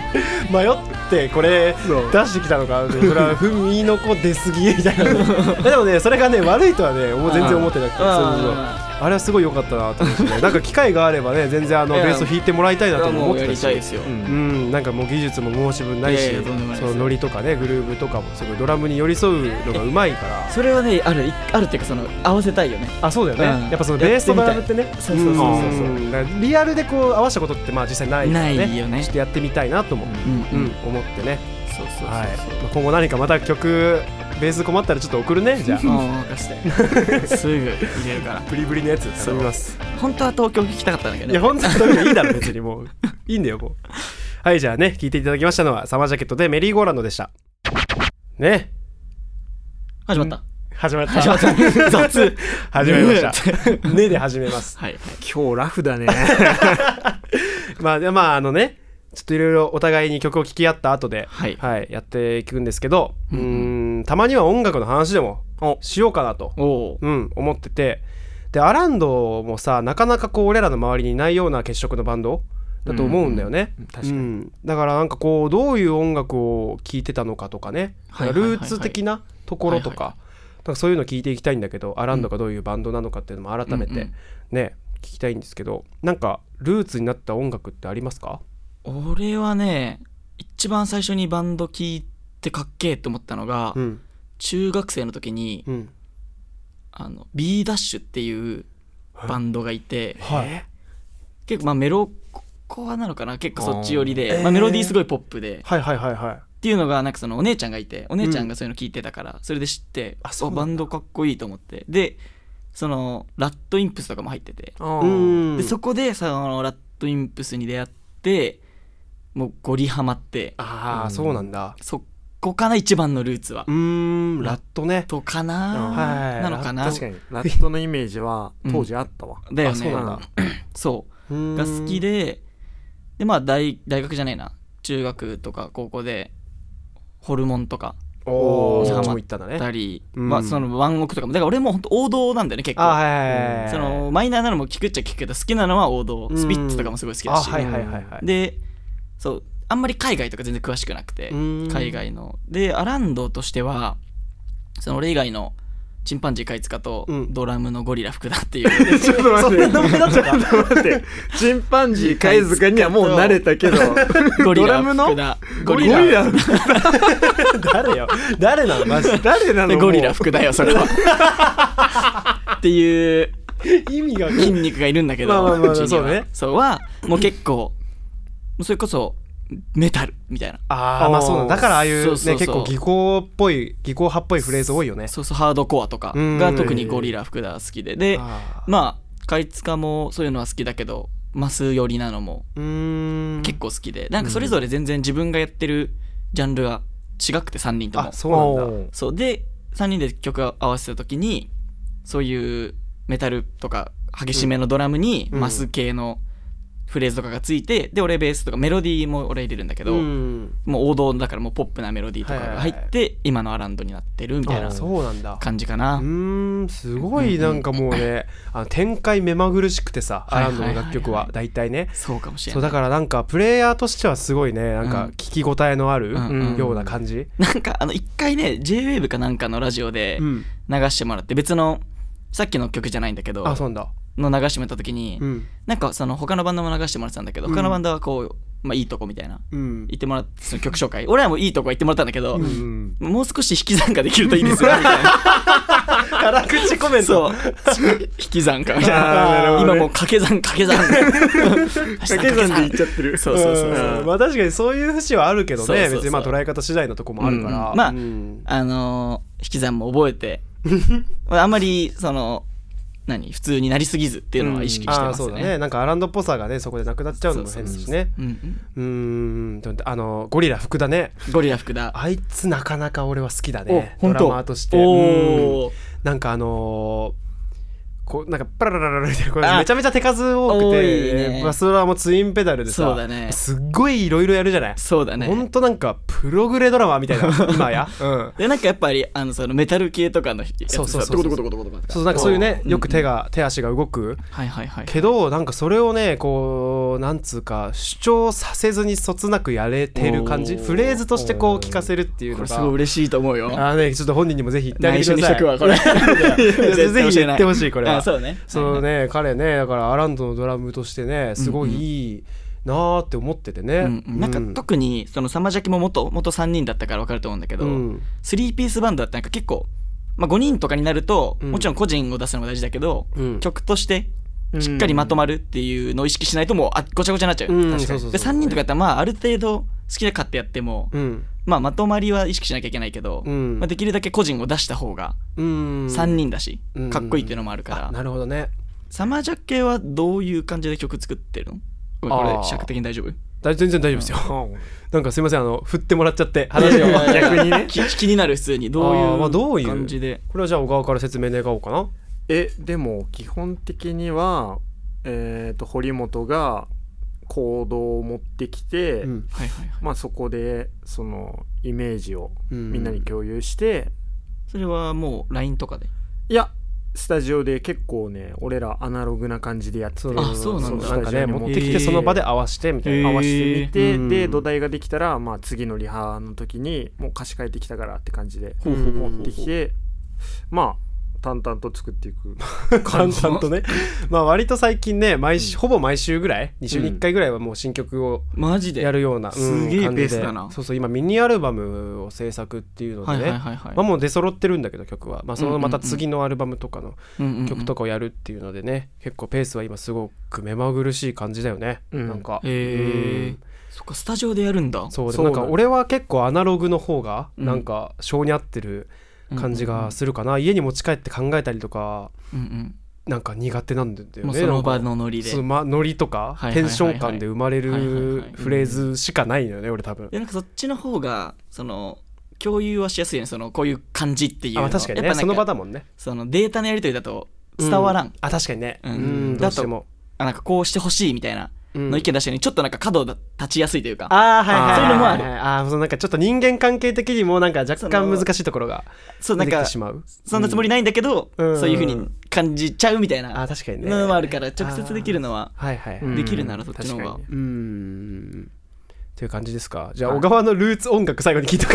Speaker 1: てこれ
Speaker 2: そう
Speaker 1: 出してきたのかそれは踏み の子出すぎみたいなでもねそれがね悪いとはねもう全然思ってなくて
Speaker 3: うん
Speaker 1: そうそうそう
Speaker 3: うん
Speaker 1: あれはすごい良かったなと思って、ね、なんか機会があればね全然あの
Speaker 3: いや
Speaker 1: ベースを弾いてもらいたいなとも思
Speaker 3: も
Speaker 1: っ
Speaker 3: う
Speaker 1: て
Speaker 3: や
Speaker 1: た
Speaker 3: り
Speaker 1: した
Speaker 3: いですよ、
Speaker 2: うん
Speaker 1: うん、なんかもう技術も申し分ないし
Speaker 3: いやいやとんでもない
Speaker 1: そ
Speaker 3: です
Speaker 1: のノリとかねグルーブとかもすごいドラムに寄り添うのがうまいから
Speaker 3: それはねあるあるっていうかその合わせたいよね
Speaker 1: あそうだよね、
Speaker 3: うん
Speaker 1: やっぱそのベースとドラムってね
Speaker 3: そうそうそうそうそう、
Speaker 1: んだからリアルでこう合わせたことってまあ実際ないからね
Speaker 3: ないよね
Speaker 1: ちょっとやってみたいなとも、
Speaker 3: うん
Speaker 1: う
Speaker 3: うんん、
Speaker 1: 思ってね、
Speaker 3: そうそうそうそう、
Speaker 1: はいまあ今後何かまた曲ベース困ったらちょっと送るねじゃあ
Speaker 3: もう任せて すぐ入れるから
Speaker 1: ブリブリのやつ頼みます
Speaker 3: 本当は東京聞きたかったんだけど
Speaker 1: いや
Speaker 3: ね
Speaker 1: 本当にそれでいいだろ別にもういいんだよもうはいじゃあね聞いていただきましたのはサマージャケットでメリーゴーランドでしたね
Speaker 3: 始まった
Speaker 1: 始まった
Speaker 3: 始まった 雑
Speaker 1: 始め ま したねで始めます
Speaker 3: はい
Speaker 2: 今日ラフだね
Speaker 1: まあでまああのねちょっといろいろお互いに曲を聴き合った後で、
Speaker 3: はい
Speaker 1: やっていくんですけどう
Speaker 3: うんうん
Speaker 1: ーんたまには音楽の話でも
Speaker 2: お
Speaker 1: しようかなと、
Speaker 3: お お
Speaker 1: うん、思っててでアランドもさなかなかこう俺らの周りにいないような血色のバンドだと思うんだよね、
Speaker 2: 確かに
Speaker 1: うんだからなんかこうどういう音楽を聴いてたのかとかね、
Speaker 3: はいはいはいは
Speaker 1: ル
Speaker 3: い
Speaker 1: ーツ的なところとか,、
Speaker 3: はい
Speaker 1: なんかそういうの聞いていきたいんだけど、アランドがどういうバンドなのかっていうのも改め
Speaker 3: うんう
Speaker 1: て
Speaker 3: ん
Speaker 1: ね、聞きたいんですけどなんかルーツになった音楽ってありますか
Speaker 3: 俺はね一番最初にバンド聞いてかっけえと思ったのが、
Speaker 1: うん
Speaker 3: 中学生の時に
Speaker 1: うん
Speaker 3: あの B ダッシュっていうバンドがいて
Speaker 1: はい
Speaker 3: 結構まあメロコアなのかな結構そっち寄りで、まあ、メロディーすごいポップで、っ
Speaker 1: はいはいはいはい
Speaker 3: ていうのがなんかそのお姉ちゃんがいてお姉ちゃんがそういうの聞いてたから、それで知って
Speaker 1: あそう
Speaker 3: お
Speaker 1: なんだ
Speaker 3: バンドかっこいいと思ってでそのラットインプスとかも入ってて
Speaker 2: あ
Speaker 1: う
Speaker 2: ー
Speaker 1: ん
Speaker 3: でそこでそのラットインプスに出会ってもうゴリハマって
Speaker 1: ああ、そうなんだ
Speaker 3: そこかな一番のルーツは
Speaker 1: う。ーんラットね
Speaker 3: とかな、
Speaker 1: はい
Speaker 3: なのかな
Speaker 2: 確かにラットのイメージは
Speaker 3: うん
Speaker 2: 当時あったわ、
Speaker 3: だよね
Speaker 1: あそうなんだ
Speaker 3: そう
Speaker 1: うーん
Speaker 3: が好きででまあ大大学じゃないな中学とか高校でホルモンとか
Speaker 1: おお
Speaker 3: おー
Speaker 1: そっちも行ったんだね
Speaker 3: たり、
Speaker 1: うん
Speaker 3: まあ、そのワンオクとかもだから俺も本当王道なんだよね結
Speaker 1: あ
Speaker 3: 構、
Speaker 1: はいはいはいはい
Speaker 3: そのマイナーなのも聞くっちゃ聞くけど好きなのは王道
Speaker 1: うん
Speaker 3: スピッツとかもすごい好きだ
Speaker 1: あ
Speaker 3: し、
Speaker 1: はいはいはいはい
Speaker 3: でそうあんまり海外とか全然詳しくなくて
Speaker 1: うん
Speaker 3: 海外のでアランドとしてはその俺以外のチンパンジーカイツカと
Speaker 1: うん
Speaker 3: ドラムのゴリラ福田って いう、
Speaker 2: ちょっと待って
Speaker 1: そんな名前だったか
Speaker 2: ちょっと待って チンパンジー貝塚にはもう慣れたけど
Speaker 3: ゴリラ
Speaker 2: ドラムの
Speaker 3: 福田
Speaker 2: ゴリラ
Speaker 1: 誰よ誰なのマジで
Speaker 2: 誰なの
Speaker 3: ゴリラ
Speaker 2: も
Speaker 3: 服だよそれはっていう
Speaker 1: 意味が
Speaker 3: 筋肉がいるんだけど
Speaker 1: まあまあまあ
Speaker 3: うちには
Speaker 1: そうね
Speaker 3: そうはもう結構それこそメタルみたいな
Speaker 1: ああまあそうなんだだからああいうね
Speaker 3: そうそうそう
Speaker 1: 結構技巧っぽい技巧派っぽいフレーズ多いよね
Speaker 3: そうそうハードコアとか
Speaker 1: うん
Speaker 3: が特にゴリラ福田好きでで
Speaker 1: あ
Speaker 3: まあカイツカもそういうのは好きだけどマス寄りなのも
Speaker 1: うーん
Speaker 3: 結構好きでなんかそれぞれ全然自分がやってるジャンルが違くて3人とも
Speaker 1: あそうなんだ
Speaker 2: おー
Speaker 3: そうで3人で曲を合わせた時にそういうメタルとか激しめのドラムに
Speaker 1: うん
Speaker 3: マス系のフレーズとかがついて、で俺ベースとかメロディーも俺入れるんだけど、
Speaker 1: うん
Speaker 3: もう王道だからもうポップなメロディーとかが入って、今のアランドになってるみたい
Speaker 1: あ
Speaker 3: な
Speaker 1: そうなんだ
Speaker 3: 感じか
Speaker 1: う
Speaker 3: な、
Speaker 1: ーんすごいなんかもうねあの展開目まぐるしくてさア
Speaker 3: はい
Speaker 1: ラ
Speaker 3: はい
Speaker 1: ンド
Speaker 3: はいはい
Speaker 1: の楽曲は大体ね
Speaker 3: そうかもしれ
Speaker 1: そう
Speaker 3: ない
Speaker 1: だからなんかプレイヤーとしてはすごいねなん
Speaker 3: う
Speaker 1: か
Speaker 3: ん
Speaker 1: 聞き応えのある
Speaker 3: うん
Speaker 2: うん
Speaker 1: ような感じ
Speaker 3: なんかあの一回ね JWAVE かなんかのラジオで
Speaker 1: うん
Speaker 3: 流してもらって別のさっきの曲じゃないんだけど
Speaker 1: あそうなんだ
Speaker 3: の流してもらった時に、
Speaker 1: うん
Speaker 3: なんかその他のバンドも流してもらってたんだけど
Speaker 1: うん
Speaker 3: 他のバンドはこう、まあ、いいとこみたいな
Speaker 1: うん
Speaker 3: 言ってもらってその曲紹介 俺らもいいとこは言ってもらったんだけど、
Speaker 2: うん
Speaker 3: もう少し引き算ができるといいですよみたいな
Speaker 1: 辛口コメン
Speaker 3: そ
Speaker 1: ト
Speaker 3: う引き算かみたい
Speaker 2: あーなる
Speaker 3: な
Speaker 2: ほどね
Speaker 3: 今もう掛け算掛け算掛
Speaker 2: 掛け算で言っちゃってる
Speaker 3: そうそうそうそう、
Speaker 1: んまあ確かにそういう節はあるけど
Speaker 3: そうそう
Speaker 1: ね
Speaker 3: そう
Speaker 1: 別にまあ捉え方次第のとこもあるから、
Speaker 3: うんまあ
Speaker 1: うん
Speaker 3: あのー引き算も覚えてあんまりその何普通になりすぎずっていうのは意識して
Speaker 1: あ
Speaker 3: ま
Speaker 1: あ
Speaker 3: す
Speaker 1: そ
Speaker 3: ね,、
Speaker 1: う
Speaker 3: うん
Speaker 1: だねなんかアランドっぽさがねそこでなくなっちゃうのも変ですしね
Speaker 3: うん
Speaker 1: うーんでもあのゴリラ福田ね
Speaker 3: ゴリラ福田
Speaker 1: あいつなかなか俺は好きだね
Speaker 3: お
Speaker 1: ド
Speaker 3: 本当
Speaker 1: ラマーとしてうん
Speaker 3: おー
Speaker 1: なんかあのーこうなんかパラララララみたいなこれ
Speaker 3: あ
Speaker 1: めちゃめちゃ手数多く
Speaker 3: 多
Speaker 1: て
Speaker 3: いね
Speaker 1: まあそれはもうツインペダルでさ
Speaker 3: そうだね
Speaker 1: すっごいいろいろやるじゃない
Speaker 3: そうだ
Speaker 1: ほ
Speaker 3: ね
Speaker 1: んとなんかプログレドラマーみ たいな今や、うん、
Speaker 3: でなんかやっぱりあのそのメタル系とかのやつ
Speaker 1: そうそうそう
Speaker 3: さトコトコトコトコとか
Speaker 1: そうなんかそういうね
Speaker 3: うん
Speaker 1: よく手が、手足が動く
Speaker 3: はいはいはい
Speaker 1: けどなんかそれをねこうなんつうか主張させずにそつなくやれてる感じ
Speaker 3: おー
Speaker 1: フレーズとしてこう聞かせるっていう
Speaker 3: こ
Speaker 1: の
Speaker 3: れすごい
Speaker 1: が
Speaker 3: 嬉しいと思うよ
Speaker 1: あーねちょっと本人にもぜひ言ってあげ
Speaker 3: 内
Speaker 1: て
Speaker 3: 緒
Speaker 1: く
Speaker 3: に
Speaker 1: だ
Speaker 3: し
Speaker 1: さ
Speaker 3: と
Speaker 1: い
Speaker 3: くわこれ
Speaker 1: いやぜひ
Speaker 3: 絶対教え
Speaker 1: 言
Speaker 3: な
Speaker 1: っ
Speaker 3: い
Speaker 1: てほしいこれは
Speaker 3: あそうね
Speaker 1: そのね彼ねだからアランドのドラムとしてねすごいいいなーって思っててね、
Speaker 3: うんうん、なんか
Speaker 1: う
Speaker 3: 特にそのサマジャキも元元3人だったから分かると思うんだけど、
Speaker 1: うん
Speaker 3: スリーピースバンドだってなんか結構、まあ、5人とかになると、
Speaker 1: うん
Speaker 3: もちろん個人を出すのも大事だけど、
Speaker 1: うん
Speaker 3: 曲としてしっかりまとまるっていうのを意識しないともうあごちゃごちゃになっちゃう,、
Speaker 1: うん
Speaker 3: 確か
Speaker 1: そう
Speaker 3: に
Speaker 1: そうそう
Speaker 3: で3人とかやったらまあある程度好きな勝手やっても、
Speaker 1: うん
Speaker 3: まあ、まとまりは意識しなきゃいけないけど、
Speaker 1: うん
Speaker 3: まあ、できるだけ個人を出した方が
Speaker 1: うん
Speaker 3: 3人だし、
Speaker 1: うん
Speaker 3: かっこいいっていうのもあるから、
Speaker 1: あなるほどね
Speaker 3: サマージャッケはどういう感じで曲作ってるのごめんこ
Speaker 1: あー
Speaker 3: れ尺的に大丈夫
Speaker 1: だ全然大丈夫ですよ、なんかすいませんあの振ってもらっち ゃって話を
Speaker 3: いやいやいや
Speaker 2: 逆にね
Speaker 3: き気になる普通にどう
Speaker 1: あーまあどう
Speaker 3: い
Speaker 1: いう
Speaker 3: う感じで
Speaker 1: これはじゃあ小川から説明願おうかな
Speaker 2: えでも基本的にはえっ、と堀本が行動を持ってきて、
Speaker 1: うん
Speaker 3: はいはいはい
Speaker 2: まあそこでそのイメージを
Speaker 1: うん
Speaker 2: みんなに共有して、
Speaker 3: それはもう LINE とかで
Speaker 2: いやスタジオで結構ね俺らアナログな感じでやってて
Speaker 1: そ
Speaker 3: あそうなんだ
Speaker 2: ス
Speaker 1: なん
Speaker 2: タ
Speaker 1: か
Speaker 2: ジオ
Speaker 1: ね
Speaker 2: に
Speaker 1: 持
Speaker 2: 持
Speaker 1: っ
Speaker 2: っ
Speaker 1: て
Speaker 2: て
Speaker 1: き
Speaker 3: へ
Speaker 1: て
Speaker 3: ー
Speaker 1: その場で合わせてみたい
Speaker 3: へ
Speaker 1: な
Speaker 3: ー
Speaker 2: 合わせてみて、
Speaker 1: うん
Speaker 2: で土台ができたら、まあ、次のリハの時にもう歌詞変えてきたからって感じで
Speaker 1: ほうほうほうほう
Speaker 2: 持ってきてまあ淡々と作っていく
Speaker 1: 簡単とねまあ割と最近ね毎週、ほぼ毎週ぐらい2週に1回ぐらいはもう新曲を
Speaker 3: マジで
Speaker 1: やるような、うん
Speaker 3: すげえ
Speaker 1: 感じで
Speaker 3: ペースだな
Speaker 1: そうそう今ミニアルバムを制作っていうので
Speaker 3: はい
Speaker 1: ね、
Speaker 3: はいはいはい、
Speaker 1: まあ、もう出揃ってるんだけど曲は、まあ、そのまた
Speaker 3: うんうんうん
Speaker 1: 次のアルバムとかの
Speaker 3: うんうんうん
Speaker 1: 曲とかをやるっていうのでね、結構ペースは今すごく目まぐるしい感じだよね、
Speaker 2: うん
Speaker 1: なんか、
Speaker 3: へえ
Speaker 1: うん
Speaker 3: そっかスタジオでやるんだ
Speaker 1: そうで
Speaker 2: そう
Speaker 1: な
Speaker 2: なんん
Speaker 1: か俺は結構アナログの方がなんか性に合ってる感じがするかな、家に持ち帰って考えたりとか
Speaker 3: うんうん
Speaker 1: なんか苦手なんだよね
Speaker 3: もうその場
Speaker 1: なんか
Speaker 3: のノリで
Speaker 1: そのまノリとか
Speaker 3: はいはいはい
Speaker 1: テン
Speaker 3: はい
Speaker 1: ション感で生まれ
Speaker 3: はいはいは
Speaker 1: る
Speaker 3: い
Speaker 1: フレーズしかないのよね俺多分
Speaker 3: でなんかそっちの方がその共有はしやすいよねそのこういう感じってい
Speaker 1: あ、
Speaker 3: うの
Speaker 1: ま
Speaker 3: は
Speaker 1: あ、確かに
Speaker 3: や
Speaker 1: ね
Speaker 3: っぱ
Speaker 1: その
Speaker 3: なんか
Speaker 1: 場だもんね
Speaker 3: そのデータのやり取りだと伝わらん、
Speaker 1: うあ確かにねう、
Speaker 3: うんん
Speaker 1: どうしても
Speaker 3: あなんかこうしてほしいみたいなの意見出したようにちょっとなんか角が立ちやすいというか
Speaker 1: ああはい
Speaker 2: はいはい
Speaker 1: そういうのもあるああーそのなんかちょっと人間関係的にもなんか若干
Speaker 3: その
Speaker 1: 難しいところが
Speaker 3: そう
Speaker 1: 出
Speaker 3: なん
Speaker 1: てき
Speaker 3: か
Speaker 1: てしまう
Speaker 3: そんなつもりないんだけど、
Speaker 1: うん
Speaker 3: そういうふうに感じちゃうみたい
Speaker 1: ああ
Speaker 3: な
Speaker 1: 確かにね
Speaker 3: のもあるから直接できるのは
Speaker 1: はいはいはい、
Speaker 2: うん
Speaker 3: できるならそっちの
Speaker 2: 確
Speaker 3: 方
Speaker 2: か
Speaker 3: が
Speaker 2: にね
Speaker 1: うーんっていう感じですかじゃあ小川のルーツ音楽最後に聞いと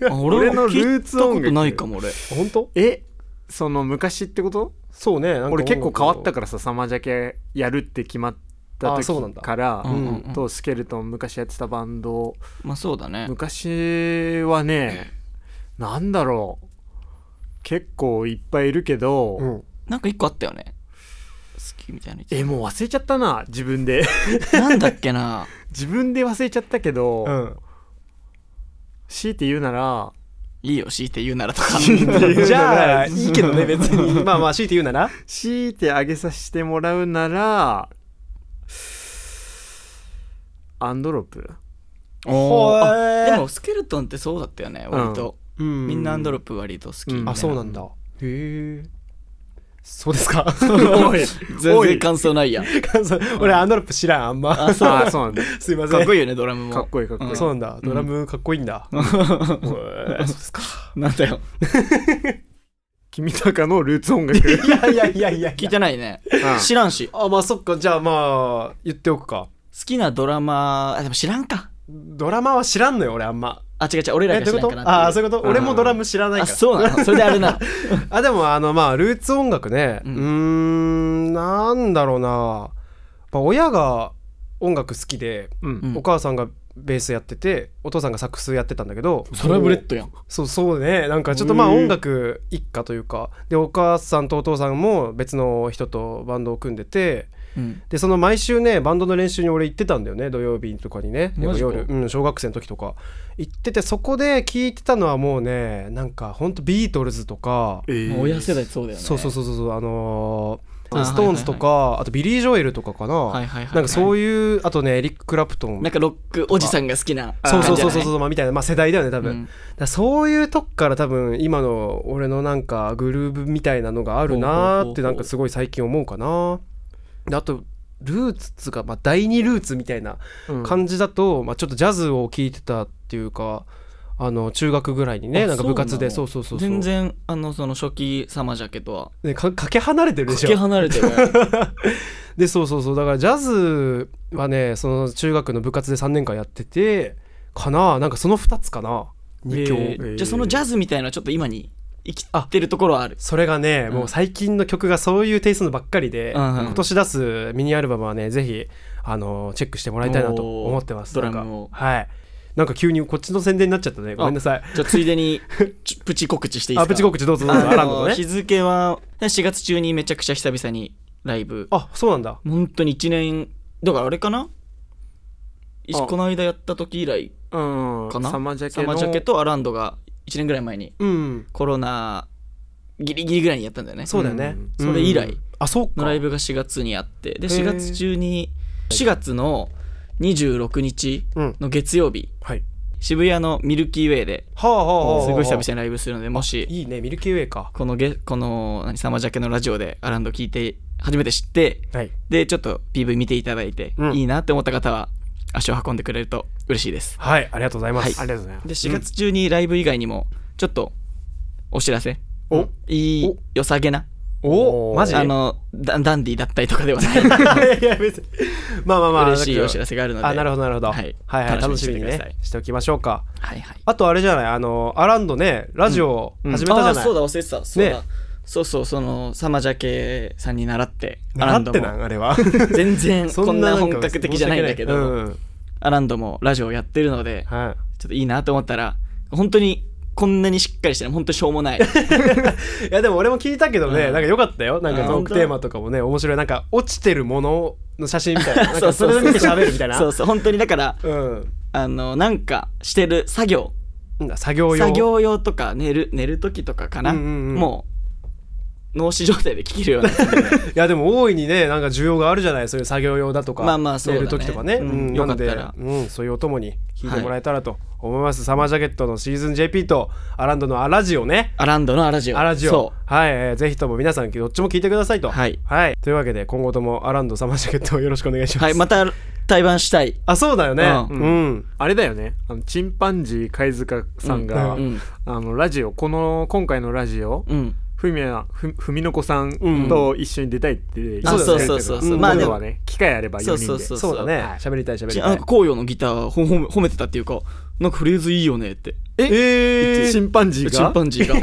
Speaker 1: く
Speaker 3: あ
Speaker 2: 俺のルーツ音楽
Speaker 3: 聞いたことないかも俺
Speaker 1: 本当
Speaker 2: えその昔ってこと
Speaker 1: そうねなんか
Speaker 2: 俺結構変わった
Speaker 1: か
Speaker 2: からさサマージャケやるって決まっ
Speaker 1: あ
Speaker 2: た
Speaker 1: ーそうなん
Speaker 2: 時
Speaker 1: だ
Speaker 2: から
Speaker 3: うんうんうん
Speaker 2: とスケルトン昔やってたバンド
Speaker 3: まあそうだね
Speaker 2: 昔はねなんだろう結構いっぱいいるけど、
Speaker 1: うん
Speaker 3: なんか一個あったよね好きみたいな
Speaker 2: えもう忘れちゃったな自分で
Speaker 3: なんだっけな
Speaker 2: 自分で忘れちゃったけど、
Speaker 1: うん
Speaker 2: 強いて言うなら
Speaker 3: いいよ強いて言うならとか
Speaker 1: じゃあいいけどね別にまあまあ強いて言うなら
Speaker 2: 強いてあげさせてもらうならアンドロップ
Speaker 3: お
Speaker 1: ほ
Speaker 3: ー
Speaker 1: え
Speaker 3: あでもスケルトンってそうだったよね割と、み
Speaker 1: み
Speaker 3: んなアンドロッ
Speaker 1: プ
Speaker 3: プ割と好き
Speaker 2: う
Speaker 3: み
Speaker 2: ん
Speaker 3: たいな、
Speaker 1: あそうなんだへえそうですか
Speaker 2: おい
Speaker 3: 全
Speaker 2: おい
Speaker 3: 然感想ないやん
Speaker 1: 感想 俺アンドロップ知らんあんま
Speaker 3: あそう
Speaker 2: あーそうなんだ
Speaker 1: すいません
Speaker 3: かっこいいよねドラムも
Speaker 2: かっこいいかっこいい、
Speaker 3: うん
Speaker 1: そうなんだドラムかっこいいん だ、ほえそうですか
Speaker 3: なんだよ
Speaker 2: 君たかのルーツ音楽
Speaker 1: いやいやいやいや
Speaker 3: 聞いてないね
Speaker 2: うん
Speaker 3: 知らんし 好
Speaker 1: あまあそっかじゃあまあ言っておくか
Speaker 3: きなドラマーあでも知らんか
Speaker 1: ドラマは知らんのよ俺あんま
Speaker 3: あ違う違う俺ら
Speaker 1: え
Speaker 3: が
Speaker 1: どう
Speaker 3: 知
Speaker 1: いう
Speaker 3: らん
Speaker 1: こ
Speaker 3: かなって
Speaker 1: とああそういうこと
Speaker 2: うん
Speaker 1: 俺もドラム知らない
Speaker 3: あ
Speaker 1: から
Speaker 3: そうなのそれであれ な
Speaker 1: あでもあのまあルーツ音楽ねう
Speaker 3: う
Speaker 1: ー
Speaker 3: ん
Speaker 1: んなんだろうなやっぱ親が音楽好きで、
Speaker 2: うん
Speaker 1: お母さんがベースやっててお父さんがサックスやってたんだけど
Speaker 3: ドやん
Speaker 1: そうそうねなんかちょっとまあ
Speaker 2: へー
Speaker 1: 音楽一家というかでお母さんとお父さんも別の人とバンドを組んでて
Speaker 3: うん
Speaker 1: でその毎週ねバンドの練習に俺行ってたんだよね土曜日とかにね
Speaker 3: マジか
Speaker 1: 夜、うん、小学生の時とか行っててそこで聞いてたのはもうねなんかほんとビートルズとか
Speaker 2: えー
Speaker 3: もう親世代そうだよね
Speaker 1: そうそうそうそうそうあのー
Speaker 3: あ
Speaker 1: ストーンズとか、
Speaker 3: は
Speaker 1: あとビリー・ジョエルとかかな、
Speaker 3: はいはいはい
Speaker 1: なんかそういうあとねエリック・クラプトン
Speaker 3: なんかロックおじさんが好きな
Speaker 1: そうそうそう
Speaker 3: 感じ
Speaker 1: そうそ
Speaker 3: だね
Speaker 1: う、まあ、みたいな、まあ、世代だよね多分、
Speaker 3: うん
Speaker 1: だからそういうとこから多分今の俺のなんかグルーブみたいなのがあるなーって
Speaker 3: ほうほうほうほう
Speaker 1: なんかすごい最近思うかなであとルーツっつうか、まあ、第二ルーツみたいな
Speaker 2: うん
Speaker 1: 感じだと、まあ、ちょっとジャズを聴いてたっていうかあの中学ぐらいにね
Speaker 3: あ
Speaker 1: なんか部活でそ
Speaker 3: そうう
Speaker 1: そうそうそう
Speaker 3: 全然あのその初期サマージャケとは
Speaker 1: ねかかけ離れてる で
Speaker 3: か
Speaker 1: しょ
Speaker 3: け離れてる
Speaker 1: でそうそうそうだからジャズはねその中学の部活で3年間やっててかななんかその2つかな2強、
Speaker 3: えーじゃあそのジャズみたいなのはちょっと今に生きてるところはある
Speaker 1: それがね、
Speaker 3: うん
Speaker 1: もう最近の曲がそういうテイストのばっかりで、
Speaker 3: うんうん
Speaker 1: 今年出すミニアルバムはねぜひあのチェックしてもらいたいなと思ってます
Speaker 3: おードラムを
Speaker 1: なんかはいなんか急にこっちの宣伝になっちゃったねごめんなさい
Speaker 3: じゃあついでにち ょプチ告知していいですか
Speaker 1: あプチ告知どうぞどうぞアラ
Speaker 3: あ
Speaker 1: ンド
Speaker 3: の
Speaker 1: の
Speaker 3: 日
Speaker 1: ね
Speaker 3: 付は4月中にめちゃくちゃ久々にライブ
Speaker 1: あそうなんだ
Speaker 3: 本当に1年だからあれかない
Speaker 2: あ
Speaker 3: この間やった時以来
Speaker 2: うん
Speaker 3: かな
Speaker 2: サマジャケ
Speaker 3: サ
Speaker 2: の
Speaker 3: マージャケとアランドが1年ぐらい前に
Speaker 1: うん
Speaker 3: コロナギリギリぐらいにやったんだよね
Speaker 1: そうだよね、
Speaker 3: うんそれ以来
Speaker 1: あそうか
Speaker 3: のライブが4月にあってで
Speaker 1: へー
Speaker 3: 4月中に4月の26日
Speaker 1: うん
Speaker 3: の月曜日
Speaker 1: はい
Speaker 3: 渋谷のミルキーウェイで
Speaker 1: はあはあはあはあ
Speaker 3: すごい久々にライブするのでもし
Speaker 1: いいねミルキーウェイか
Speaker 3: このゲこの何サマージャケのラジオでアランド聞いて初めて知って
Speaker 1: はい
Speaker 3: でちょっと PV 見ていただいて、
Speaker 1: うん
Speaker 3: いいなって思った方は足を運んでくれると嬉しいです
Speaker 1: はいありがとうございます、
Speaker 3: はい
Speaker 2: ありがとうございます
Speaker 3: で4月中にライブ以外にもちょっとお知らせ
Speaker 2: お
Speaker 3: いい良さげな
Speaker 1: おお
Speaker 2: おー
Speaker 1: マジ
Speaker 3: あのダダンディだったりとかではない
Speaker 1: いやいや別にまあまあまあ
Speaker 3: 嬉しいお知らせがあるので
Speaker 1: あなるほどなるほど、
Speaker 3: はい
Speaker 1: はいはい楽
Speaker 3: 楽
Speaker 1: し
Speaker 3: し
Speaker 1: み
Speaker 3: みに
Speaker 1: に
Speaker 3: しててください
Speaker 1: ねしておきましょうか
Speaker 3: はいはい
Speaker 1: あとあれじゃないあのアランドねラジオ
Speaker 2: ん
Speaker 1: 始めたじゃない、
Speaker 3: あーそうだ忘れてたそうだ、
Speaker 1: ね
Speaker 3: そうそうそのサマジャケさんに習ってアラ
Speaker 1: 習
Speaker 3: ン
Speaker 1: っ
Speaker 3: ド
Speaker 1: てな
Speaker 3: も
Speaker 1: んあれは
Speaker 3: 全然こんな
Speaker 1: か
Speaker 3: 本格的じゃないんだけど、
Speaker 1: うん
Speaker 3: アランドもラジオやってるので
Speaker 1: はい
Speaker 3: ちょっといいなと思ったら本当にこんなにしっかりしてない本当にしょう もない
Speaker 1: いやでも俺も聞いたけどね、
Speaker 3: うん
Speaker 1: なんか良かったよなんか
Speaker 3: あ
Speaker 1: トー
Speaker 3: 本
Speaker 1: ク
Speaker 3: 当
Speaker 1: テーマとかもね面白いなんか落ちてるものの写真みたいななん
Speaker 3: そう
Speaker 1: か
Speaker 3: そ
Speaker 1: そうれ
Speaker 3: そ
Speaker 1: を
Speaker 3: う
Speaker 1: 見て喋るみたいな
Speaker 3: そうそう本当にだから
Speaker 1: うん
Speaker 3: あのなんかしてる作業
Speaker 1: うん作業用
Speaker 3: 作業用とか寝る寝る時とかかな、
Speaker 1: うんうんうん
Speaker 3: もう脳死状態で聴ける ような
Speaker 1: いやでも大いにねなんか需要があるじゃないそういう作業用だとか
Speaker 3: まあまあそうだね
Speaker 1: 寝る時とかね、
Speaker 3: うん
Speaker 1: うん
Speaker 3: よかったら
Speaker 1: なので、うん、そういうお供に聞いてもらえたらと思います、サマージャケットのシーズン JP とアランドのアラジオね
Speaker 3: アランドのアラジオ
Speaker 1: アラジオ
Speaker 3: そ
Speaker 1: はい、えーぜひとも皆さんどっちも聞いてくださいと
Speaker 3: はい
Speaker 1: というわけで今後ともアランドサマージャケットをよろしくお願いし
Speaker 3: う
Speaker 1: ます、
Speaker 3: はいまた対バンしたい、
Speaker 1: あそうだよねう、
Speaker 3: うん
Speaker 2: んあれだよねあのチンパンジー貝塚さんが、
Speaker 1: うん
Speaker 3: うん
Speaker 2: あのラジオこの今回のラジオ、
Speaker 3: うん、
Speaker 2: ふみやふふみのこさんと一緒に出たいって言って
Speaker 3: あ
Speaker 1: そうだね
Speaker 2: そう
Speaker 3: そうそう
Speaker 1: そう
Speaker 2: ま
Speaker 1: まあ
Speaker 2: あ
Speaker 1: で
Speaker 2: で
Speaker 1: も
Speaker 2: はね機会あれば4人で
Speaker 3: そうそう
Speaker 1: そうだね
Speaker 2: はい
Speaker 1: 喋、りたい喋り
Speaker 3: ち
Speaker 1: た
Speaker 3: ないんか紅葉のギターをほほめ褒めてたっていうかなんかフレーズいいよねって
Speaker 2: えチンパンジー
Speaker 3: チン
Speaker 2: が
Speaker 3: パンジーが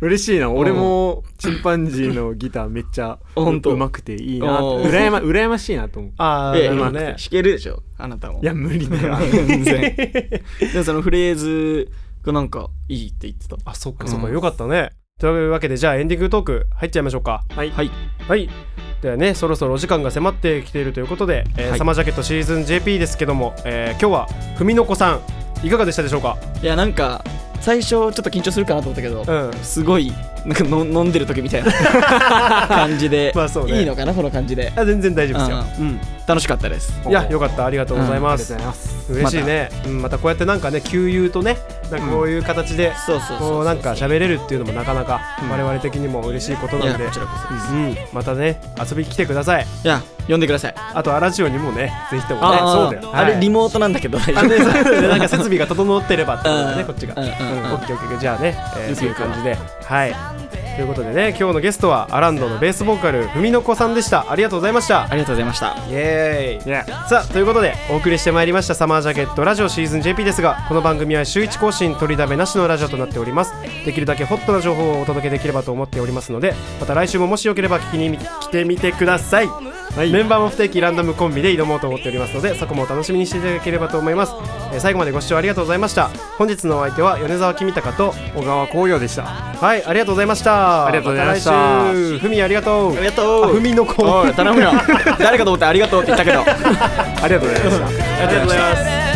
Speaker 2: 嬉しいな俺もチンパンジーのギターめっちゃ
Speaker 3: ほんと
Speaker 2: うまくていいな
Speaker 3: お
Speaker 2: う
Speaker 3: ー
Speaker 2: らやま羨ましいなと思う
Speaker 1: ああ、
Speaker 3: ええ
Speaker 1: なるほ
Speaker 3: 弾
Speaker 1: どね
Speaker 3: けるでしょあなたも
Speaker 2: いや無理 だ よ
Speaker 3: 全然でもそのフレーズがなんかいいって言ってた
Speaker 1: あそっかそっ
Speaker 3: う
Speaker 1: か
Speaker 3: ん
Speaker 1: よかったね、というわけでじゃあエンディングトーク入っちゃいましょうか
Speaker 2: はい
Speaker 3: はい
Speaker 1: はいではねそろそろお時間が迫ってきているということで、えー
Speaker 3: はい
Speaker 1: サマージャケットシーズン JP ですけども、えー今日はふみのこさんいかがでしたでしょうか
Speaker 3: いやなんか最初ちょっと緊張するかなと思ったけど、
Speaker 1: うん
Speaker 3: すごいなんかの飲んでる時みたいな感じで、
Speaker 1: まあそうね
Speaker 3: いいのかなこの感じで
Speaker 1: あ全然大丈夫ですよ、うん
Speaker 3: 楽しかったです
Speaker 1: いやよかったありがとうござい
Speaker 2: あ
Speaker 1: ま
Speaker 2: りがと
Speaker 1: す
Speaker 2: うござい、ます
Speaker 1: 嬉しいね、うん、またこうやってなんかね給油とねなんかこういう形で、
Speaker 3: そうそうそうそう
Speaker 1: こうなんか喋れるっていうのもなかなか我々的にも嬉しいこと
Speaker 3: い
Speaker 1: な
Speaker 3: や
Speaker 1: んで
Speaker 3: こちらこそです
Speaker 1: うん、またね遊びに来てください
Speaker 3: いや呼んでください
Speaker 1: あとアラジオにもねぜひともね
Speaker 3: あー
Speaker 2: そうだよ
Speaker 1: はい
Speaker 3: あれリモートなんだけど大
Speaker 1: あ
Speaker 3: 丈
Speaker 1: ねそうねなんか設備が整ってればってことだね、
Speaker 3: うん
Speaker 1: こっちが。
Speaker 3: う
Speaker 1: うんん、
Speaker 3: う
Speaker 1: オ
Speaker 3: ん
Speaker 1: ッ
Speaker 3: うん
Speaker 1: ケーオッケー、じゃあね、えー
Speaker 3: よく
Speaker 1: そういう
Speaker 3: 行くわ
Speaker 1: 感じで。はい。ということでね、今日のゲストはアランドのベースボーカル、ふみのこさんでした。ありがとうございました
Speaker 3: 夫。ありがとうございました
Speaker 1: イエーイ
Speaker 2: いや
Speaker 1: さあということでお送りしてまいりました「サマージャケットラジオシーズン JP」ですがこの番組は週1更新取りだめなしのラジオとなっておりますできるだけホットな情報をお届けできればと思っておりますのでまた来週ももしよければ聞きに来てみてください、メンバーも不定期ランダムコンビで挑もうと思っておりますのでそこもお楽しみにしていただければと思います、えー最後までご視聴ありがとうございました本日のお相手は米沢君高と
Speaker 2: 小川紅葉でした
Speaker 1: はいありがとうございました
Speaker 2: ありがとうございました
Speaker 1: た来週ふみありがとう
Speaker 3: ありがとう
Speaker 1: あふみの子
Speaker 3: おい頼むよ誰かと思ってありがとうって言ったけどあり
Speaker 2: ありがとうございました
Speaker 1: ありがとうございます
Speaker 4: 「